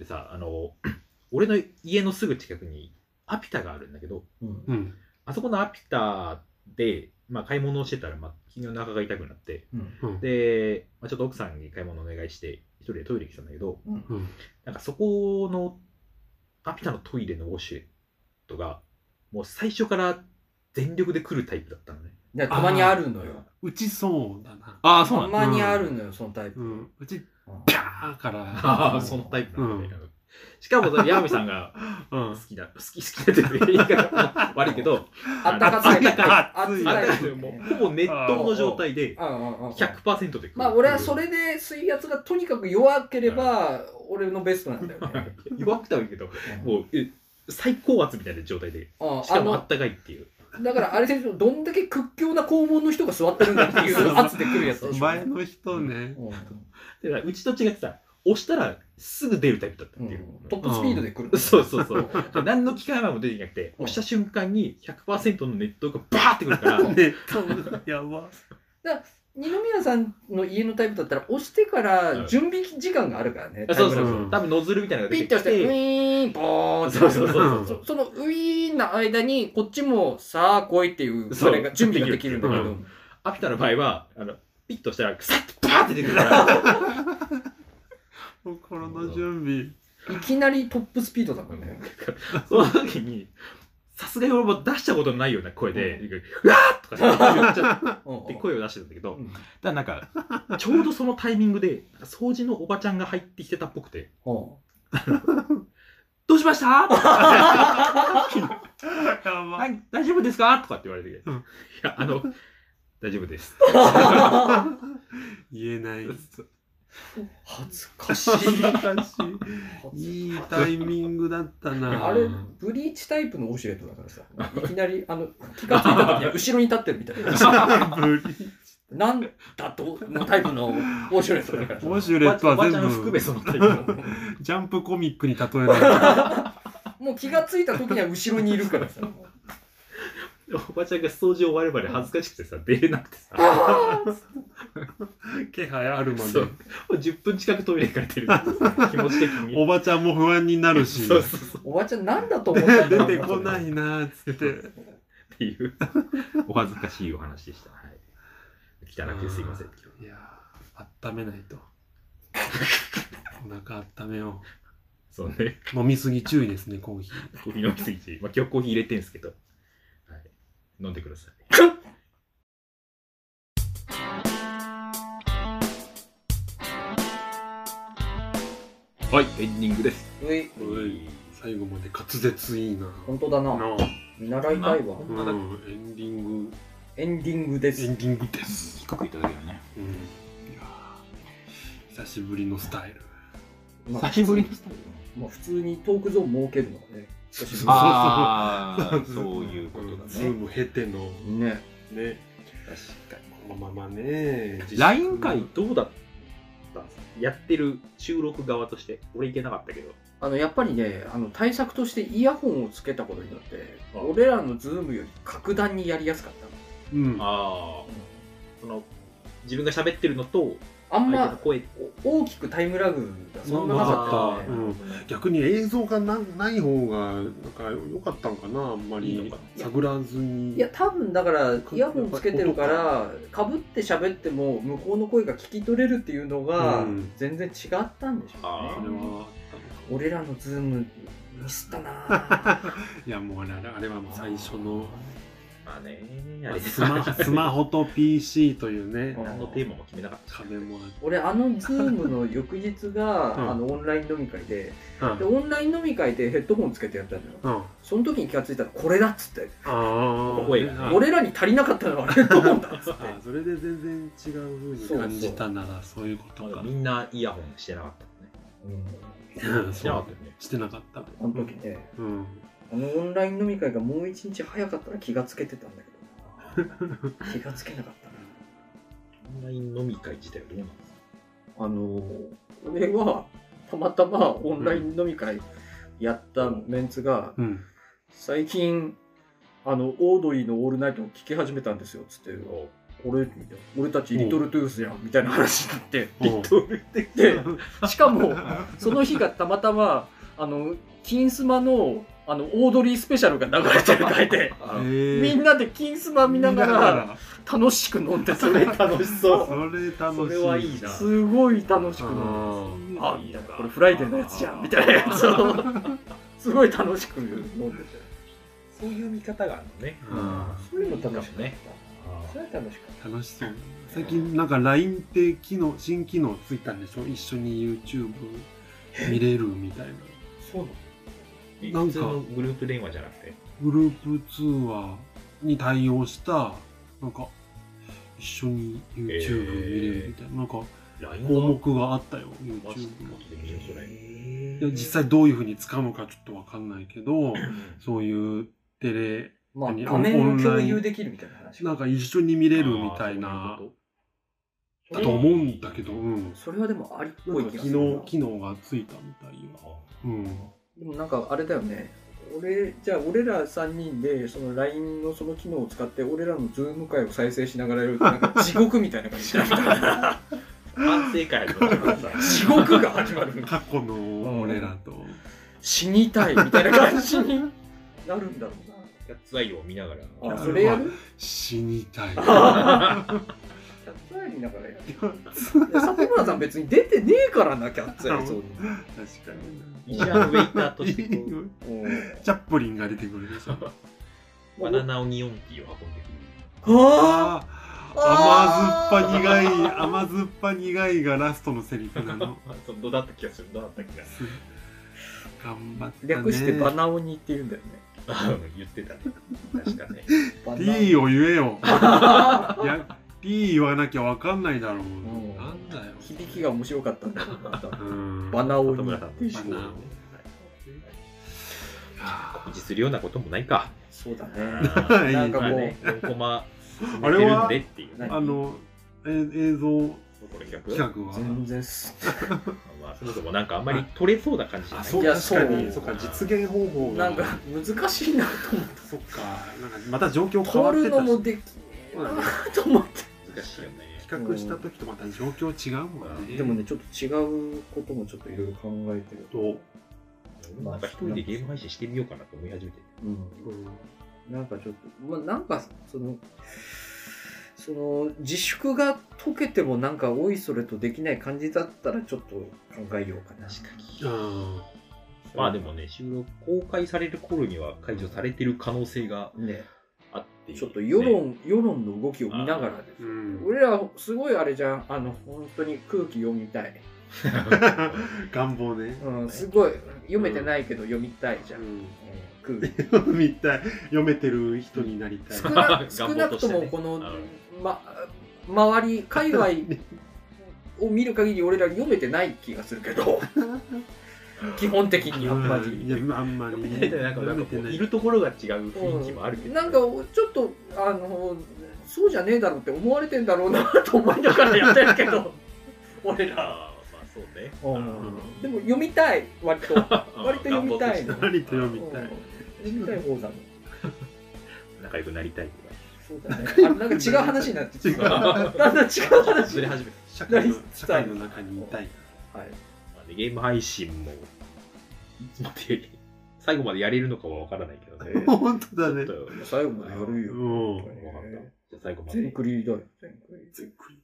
Speaker 1: でさ、あの、 俺の家のすぐ近くにアピタがあるんだけど、
Speaker 3: うん
Speaker 2: うん。
Speaker 1: あそこのアピタで、まあ買い物をしてたら、まあ、昨日お腹が痛くなって、
Speaker 3: う
Speaker 2: う
Speaker 3: ん
Speaker 2: ん。
Speaker 1: で、まあ、ちょっと奥さんに買い物お願いして、一人でトイレ来たんだけど、
Speaker 3: うん
Speaker 2: うん
Speaker 1: なんかそこの、アピタのトイレのウォシュレットが、もう最初から全力で来るタイプだったのね。
Speaker 3: いやたまにあるのよ。
Speaker 2: 打ちそうだな。
Speaker 1: ああ、
Speaker 3: た
Speaker 1: だ。
Speaker 3: まにあるのよ、そのタイプ。
Speaker 2: うん。うち、
Speaker 3: うん
Speaker 2: ピャーから。
Speaker 1: あ あ、そのタイプなんだね
Speaker 2: う
Speaker 1: しかも、ヤミさんが、
Speaker 2: うん
Speaker 1: 好。きだ、好き好きだって言い方悪いけど、
Speaker 3: あったかタイプ
Speaker 1: あったか
Speaker 2: 熱い
Speaker 1: あ
Speaker 3: タイプ
Speaker 1: のもうほぼ熱湯の状態で
Speaker 3: ああああああ
Speaker 1: 100%で来る。
Speaker 3: まあ俺はそれで水圧がとにかく弱ければ俺のベストなんだよね。
Speaker 1: 弱くてはいいけど、もうえ最高圧みたいな状態で、
Speaker 3: うん
Speaker 1: し
Speaker 3: あ
Speaker 1: かもあ
Speaker 3: の
Speaker 1: ったかいっていう。
Speaker 3: だからあれでしょどんだけ屈強な肛門の人が座ってるんだっていう圧で来るやつでしょ。
Speaker 2: 前の人ね。
Speaker 3: うん
Speaker 1: でうちと違ってさ、押したらすぐ出るタイプだった
Speaker 3: う
Speaker 1: っ
Speaker 3: ん
Speaker 1: ていう。
Speaker 3: トップスピードで来る、
Speaker 1: そうそうそう。で何の機械前も出てきなくて、押した瞬間に100%の熱湯がバーってくるから、
Speaker 2: で、多分 やば。
Speaker 3: 二宮さんの家のタイプだったら押してから準備時間があるからね、
Speaker 1: あそうそう
Speaker 2: う
Speaker 1: そ
Speaker 2: ん
Speaker 1: う。多分ノズルみたいなのが
Speaker 3: ピ
Speaker 1: 出
Speaker 3: ッ
Speaker 1: て
Speaker 3: て
Speaker 1: き
Speaker 3: 押してウ
Speaker 1: て、
Speaker 3: ィーンボーンって
Speaker 1: そうそうそう
Speaker 3: そそのウィーンの間にこっちもさあ来いっていう
Speaker 1: そう
Speaker 3: それが準備ができるんだけど、
Speaker 2: う
Speaker 1: アピタの場合は、あの、ピッと押したら、くさっとバーって出てくるから、
Speaker 2: 心 の準
Speaker 3: いきなりトップスピードだからね
Speaker 1: その時に、さすがに俺も出したことのないような声で、うわーとか言っちゃって声を出してたんだけど、
Speaker 3: うん
Speaker 1: ただなんか、ちょうどそのタイミングで、なんか掃除のおばちゃんが入ってきてたっぽくて、
Speaker 3: うん
Speaker 1: どうしました とか
Speaker 2: 備。やば。
Speaker 1: はい大丈夫ですかとかって言われて、
Speaker 2: うん
Speaker 1: いや、あ の、大丈夫です。
Speaker 2: 言えない。
Speaker 3: 恥ずかしい
Speaker 2: 恥ずかしい。いいタイミングだったな。
Speaker 3: あれブリーチタイプのオシュレットだからさいきなりあの気がついた時には後ろに立ってるみたいな
Speaker 2: ブリ
Speaker 3: なんだとのタイプのオシュレットだからさ
Speaker 2: ウォシュレットは
Speaker 1: おばちゃんを含
Speaker 2: 全
Speaker 1: め
Speaker 2: 部
Speaker 1: そのタイプの。
Speaker 2: ジャンプコミックに例えられる。
Speaker 3: もう気がついた時には後ろにいるからさ
Speaker 1: おばちゃんが掃除終わるまで恥ずかしく てさ、出れなくてさ、
Speaker 2: 気配あるま
Speaker 1: そうも
Speaker 2: で。
Speaker 1: う10分近くトイレ行かれてる。気持ち的に。
Speaker 2: おばちゃんも不安になる し。
Speaker 1: そうそうそう
Speaker 3: おばちゃんなんだと思ったんだろ
Speaker 2: 出
Speaker 3: う
Speaker 2: てこないなーっつって。
Speaker 1: って いう、お恥ずかしいお話でした。はい。汚くてすいません。
Speaker 2: いやー、温めないと。お腹温めよ
Speaker 1: そうね、
Speaker 2: う。飲みすぎ注意ですね、コーヒー。
Speaker 1: コーヒー飲みすぎて、まあ、今日コーヒー入れてんすけど、はい、飲んでください。はい、エンディングです。
Speaker 3: うい
Speaker 2: 最後まで滑舌いいな。
Speaker 3: 本当だな
Speaker 2: なあ
Speaker 3: 見習いたいわ
Speaker 2: うん、エンディング、
Speaker 3: エンディングで
Speaker 2: エ
Speaker 3: す
Speaker 2: ンディングです。
Speaker 1: 低くいただけるね。
Speaker 2: うん。いやー久しぶりのスタイル。
Speaker 3: まあ
Speaker 1: 久しぶりのスタイル
Speaker 3: まあ普通にトークゾーン設けるのがね久しぶ
Speaker 1: ああ、そういうことだ
Speaker 2: ズー
Speaker 1: ね。
Speaker 2: ム経ての、
Speaker 3: りね
Speaker 2: ね、
Speaker 1: 確かに。
Speaker 2: このままね、
Speaker 1: LINE 会どうだったんですかやってる収録側として俺行けなかったけど
Speaker 3: あのやっぱりねあの対策としてイヤホンをつけたことによって
Speaker 1: あ
Speaker 3: 俺らのズームより格段にやりやすかった
Speaker 2: うん。
Speaker 1: あその自分が喋ってるのと
Speaker 3: あん
Speaker 1: 相手の
Speaker 3: ま
Speaker 1: 声
Speaker 3: お大きくタイムラグがそんななかった
Speaker 2: う
Speaker 3: よね
Speaker 2: ん逆に映像がなない方がなんか良かったんかなあんま
Speaker 1: いいの
Speaker 2: り
Speaker 1: か
Speaker 2: 探らずに
Speaker 3: いや多分だからイヤホンつけてるからかぶって喋っても向こうの声が聞き取れるっていうのが
Speaker 2: うん
Speaker 3: 全然違ったんでし
Speaker 1: あ
Speaker 3: ょ
Speaker 2: そうれ
Speaker 3: ね、
Speaker 2: はあったのか
Speaker 3: 俺らのズームミスったなぁ
Speaker 2: いやもうあれあれはもう最初の
Speaker 1: まあね
Speaker 2: まあスマ スマホと PC というね
Speaker 3: うん
Speaker 1: 何のテーマも決めなかった
Speaker 2: 壁も
Speaker 3: 俺あのズームの翌日が、
Speaker 2: うん
Speaker 3: あのオンライン飲み会で
Speaker 2: あって
Speaker 3: で、オンライン飲み会でヘッドホンつけてやったんだよ
Speaker 2: うんうん、あ
Speaker 3: その時に気がついたらこれだっつって、
Speaker 2: あ
Speaker 1: 声が
Speaker 2: あ
Speaker 3: 俺らに足りなかったのはヘッドホンだっつっ
Speaker 2: あ
Speaker 3: て
Speaker 2: それで全然違う風に感じたならそういうこと
Speaker 1: まだ
Speaker 2: か
Speaker 1: みんなイヤホンしてなかったもんねしてなかったよね
Speaker 2: うんそうしてなかった
Speaker 3: あの時ね
Speaker 2: うん
Speaker 3: あのオンライン飲み会がもう一日早かったら気がつけてたんだけ どな気がつけなかったな
Speaker 1: オンライン飲み会自体はどうなんですか
Speaker 3: あの俺はたまたまオンライン飲み会やったメンツが、
Speaker 2: うん
Speaker 3: 最近あのオードリーの「オールナイト」を聞き始めたんですよつって俺みたいな俺たちリトルトゥースやんみたいな話になって
Speaker 2: うん
Speaker 3: でしか もその日がたまたまあの「金スマの」あのオードリースペシャルが流れてる回で
Speaker 1: あ
Speaker 3: みん
Speaker 2: な
Speaker 3: なで「金スマ」見ながら楽しく飲んでそれ 楽しそ
Speaker 2: それ楽しい
Speaker 1: それはいいな
Speaker 3: すごい楽しく飲んで。
Speaker 2: うん
Speaker 3: あみたいなこれフライデーのやつじゃんみたいなやつ をすごい楽しく飲んでて
Speaker 1: そういう見方があるのね
Speaker 2: うん
Speaker 3: そういうの楽し
Speaker 1: かも
Speaker 3: かった
Speaker 1: ね
Speaker 3: それは楽しかっ
Speaker 2: 楽しそう最近なんか LINE って機能新機能ついたんでしょ一緒に YouTube 見れるみたいな
Speaker 3: たそうだ
Speaker 2: なん
Speaker 1: 普
Speaker 2: か
Speaker 1: 通のグループ電話じゃなくて
Speaker 2: グループ通話に対応したなんか一緒に YouTube 見れるみたいな、なんか
Speaker 1: LINE
Speaker 2: 項目があったよ
Speaker 1: マジ
Speaker 2: YouTube
Speaker 1: で
Speaker 2: の
Speaker 1: 見てみようそれ
Speaker 2: いや実際どういうふうに使うのかちょっとわかんないけどそういうテレ
Speaker 3: まあ
Speaker 2: 何
Speaker 3: 画面を共有できるみたいな話
Speaker 2: なんか一緒に見れるみたいな
Speaker 1: あーそういうこ
Speaker 2: だと思うんだけど、うん。
Speaker 6: それはでもありっぽい気が
Speaker 2: 機
Speaker 6: するな
Speaker 2: 能、機能がついたみたいよ。うん。
Speaker 3: でもなんかあれだよね。俺、じゃあ俺ら3人で、その LINE のその機能を使って、俺らのズーム会を再生しながらやると、なんか地獄みたいな感じになる
Speaker 1: 反省会始ま りました
Speaker 3: 地 獄が始まる。
Speaker 2: 過去の俺らと。
Speaker 3: 死にたいみたいな感じになるんだろ
Speaker 1: キャッツアイを見ながら。
Speaker 3: うな。あ、
Speaker 2: あ
Speaker 3: それやる
Speaker 2: 死にたい。
Speaker 3: キャッツアイ見ながらやる。いや里村さん別に出てねえからな、キャッツアイそうに。
Speaker 2: 確か
Speaker 1: 医者のウェイターと してこう、
Speaker 2: に。
Speaker 3: うん
Speaker 2: チャップリンが出てくるでしょ。
Speaker 1: バナナオニオンティーを運んでくる。
Speaker 3: あ
Speaker 2: ああ甘酸っぱ苦い、甘酸っぱ苦いがラストのセリフなの。
Speaker 1: あそうどうだった気がする、どうだった気がす
Speaker 2: す頑張った、
Speaker 3: ー
Speaker 2: ね。
Speaker 3: 略してバナオニって言うんだよね。
Speaker 1: る。うん言ってたね。確か ね。
Speaker 3: バナ
Speaker 2: D を言えよ。いや、D 言わなきゃわかんないだろう。
Speaker 3: ん
Speaker 2: なんだよ。
Speaker 3: 響きが面白かったんだよ。
Speaker 2: うん。
Speaker 3: バナオ
Speaker 1: 里
Speaker 3: ニ
Speaker 1: 村さ
Speaker 3: っ
Speaker 1: ん
Speaker 3: ていう
Speaker 2: バナ
Speaker 1: 告示するようなこともないか。
Speaker 3: そうだね。
Speaker 1: な
Speaker 3: なんか
Speaker 1: まあ
Speaker 3: こ
Speaker 1: ね、
Speaker 3: う、
Speaker 1: 4コマ、
Speaker 2: あれは
Speaker 1: 出てるんでっていうね。
Speaker 2: あの、え映像
Speaker 1: これ
Speaker 2: 企
Speaker 1: 100
Speaker 2: 画は。
Speaker 3: 全然す。
Speaker 1: まあ、そもそもなんかあんまり取れそうな感じじゃない。
Speaker 3: ういやそ
Speaker 2: っ
Speaker 3: う
Speaker 2: 現方法
Speaker 3: なんか難しいなと思って。
Speaker 2: そっか、なんかまた状況変わっ
Speaker 3: 取
Speaker 2: て
Speaker 3: るの
Speaker 2: たし
Speaker 3: もでき
Speaker 2: そうだね
Speaker 3: なと思って。
Speaker 1: 難しいよね。
Speaker 2: 比較した時とまた状況違うもんね。
Speaker 3: でもね、ちょっと違うこともちょっといろいろ考えてると。
Speaker 2: と、
Speaker 1: まあなんか一人でゲーム配信してみようかなと思い始めて。
Speaker 3: うん
Speaker 2: う
Speaker 3: なんかちょっと、まあ、なんかその、その自粛が解けてもなんかおいそれとできない感じだったらちょっと考えようかな。
Speaker 1: 確かに。
Speaker 2: ん。あ
Speaker 1: まあでもね、収録公開される頃には解除されてる可能性が
Speaker 3: ね、
Speaker 1: あって、
Speaker 3: ちょっと世論、世論の動きを見ながらです
Speaker 2: ーう
Speaker 3: よ。
Speaker 2: ん。
Speaker 3: 俺らすごいあれじゃん、あの、本当に空気読みたい。
Speaker 2: 願望ね。
Speaker 3: うん、すごい、読めてないけど読みたいじゃん。うん空気
Speaker 2: 読 みたい。読めてる人になりたい
Speaker 3: 少。な少な
Speaker 1: 願望と
Speaker 3: くと
Speaker 1: してね
Speaker 3: もこの、
Speaker 1: あ
Speaker 3: ま、周り界隈を見る限り俺ら読めてない気がするけど基本的にあんま
Speaker 2: うん
Speaker 3: り
Speaker 2: い。や、あんまり。
Speaker 1: みんなでなんかなんかこ
Speaker 2: 読
Speaker 1: う
Speaker 2: め
Speaker 1: い
Speaker 2: て
Speaker 1: るところが違う雰囲気もあるけど、
Speaker 3: なんかちょっとあのそうじゃねえだろうって思われてんだろうなと思いながらやってるけど俺ら、
Speaker 1: あーまあそうね
Speaker 3: でも読みたい割と割と読みたいの
Speaker 1: 願望として
Speaker 2: 割と読みたい。
Speaker 3: うん読みたい方なの
Speaker 1: 仲良くなりたい
Speaker 3: そうだねあれなんか違う話に なってきただんだん違う
Speaker 1: とか
Speaker 3: 話
Speaker 1: それ 始めた、
Speaker 2: 社会の社会の中にいたい。
Speaker 3: は
Speaker 1: ま
Speaker 3: い
Speaker 1: あね、ゲーム配信もいつまで最後までやれるのかは分からないけどね
Speaker 2: 本当だね
Speaker 1: ち。ょっと
Speaker 3: 最後までやるよ
Speaker 2: うん。
Speaker 1: 分かったじゃあ最後ま
Speaker 3: 全
Speaker 1: で
Speaker 3: クリだよ全クリ
Speaker 2: 全クリ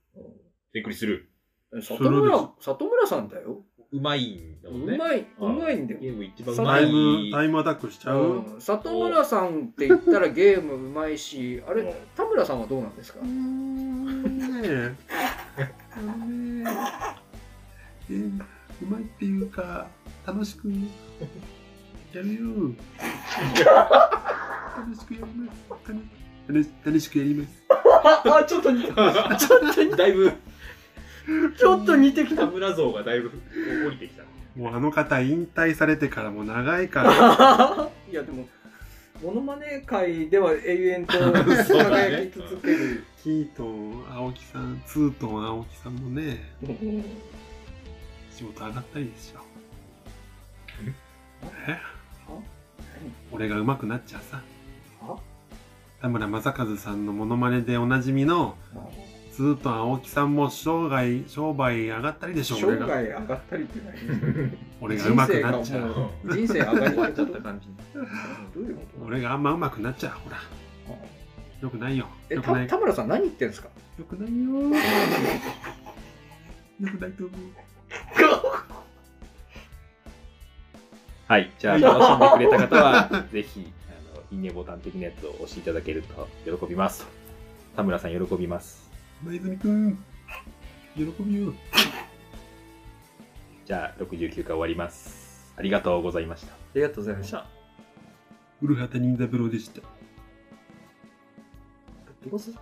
Speaker 1: びっくりする
Speaker 3: 里
Speaker 2: それで
Speaker 3: 村里村さんだよ。
Speaker 1: うまいんだ
Speaker 3: う
Speaker 1: もんね
Speaker 3: まいうまいんだ
Speaker 1: ゲ
Speaker 3: よ。
Speaker 1: ーム一番うま
Speaker 2: タ
Speaker 1: い
Speaker 2: イム、タイムアタックしちゃう
Speaker 3: うん里村さんって言ったらゲームうまい し、あ
Speaker 1: うん
Speaker 3: れ田村さんはどうなんですか
Speaker 2: うー？んねえ。あのねええーうまいっていうか、楽しくやるよ。楽しくやります。楽し楽しくやります。
Speaker 3: あ、 あちょっと似て
Speaker 1: ちょっとだいぶ
Speaker 3: ちょっと似てき
Speaker 1: 田。村像がだいぶ降りて きた
Speaker 2: もうあの方引退されてからもう長い から。
Speaker 3: いやでもモノマネ界では永遠と
Speaker 1: そうだね
Speaker 3: 輝き続ける。
Speaker 2: キートン、青木さん、ツートン、青木さんもね、仕事上がったりでしょ。え俺が上手くなっちゃうさ。
Speaker 3: は
Speaker 2: 田村正和さんのモノマネでおなじみの、ずーっと青木さんも生涯、商売上がったりでしょ、
Speaker 3: 生
Speaker 2: 俺
Speaker 3: 涯
Speaker 2: が。
Speaker 3: 上がったりってない。
Speaker 2: 俺が上手くなっちゃ
Speaker 3: 人生が
Speaker 2: う。
Speaker 3: もう人生上がりってこと
Speaker 1: 感じ
Speaker 3: どういうこと？
Speaker 2: 俺があんま上手くなっちゃう、ほら。よくないよ。
Speaker 3: え
Speaker 2: よくな
Speaker 3: た
Speaker 2: い。
Speaker 3: 田村さん何言ってんですか？
Speaker 2: よく ないよ。よくないと思う。
Speaker 1: はいじゃあ楽しんでくれた方はぜひあのいいねボタン的なやつを押していただけると喜びます田村さん喜びます
Speaker 2: 前泉くん、喜びよ。
Speaker 1: じゃあ69回終わりますありがとうございました
Speaker 3: ありがとうございました。
Speaker 2: 古畑任三郎でした。
Speaker 3: どうする？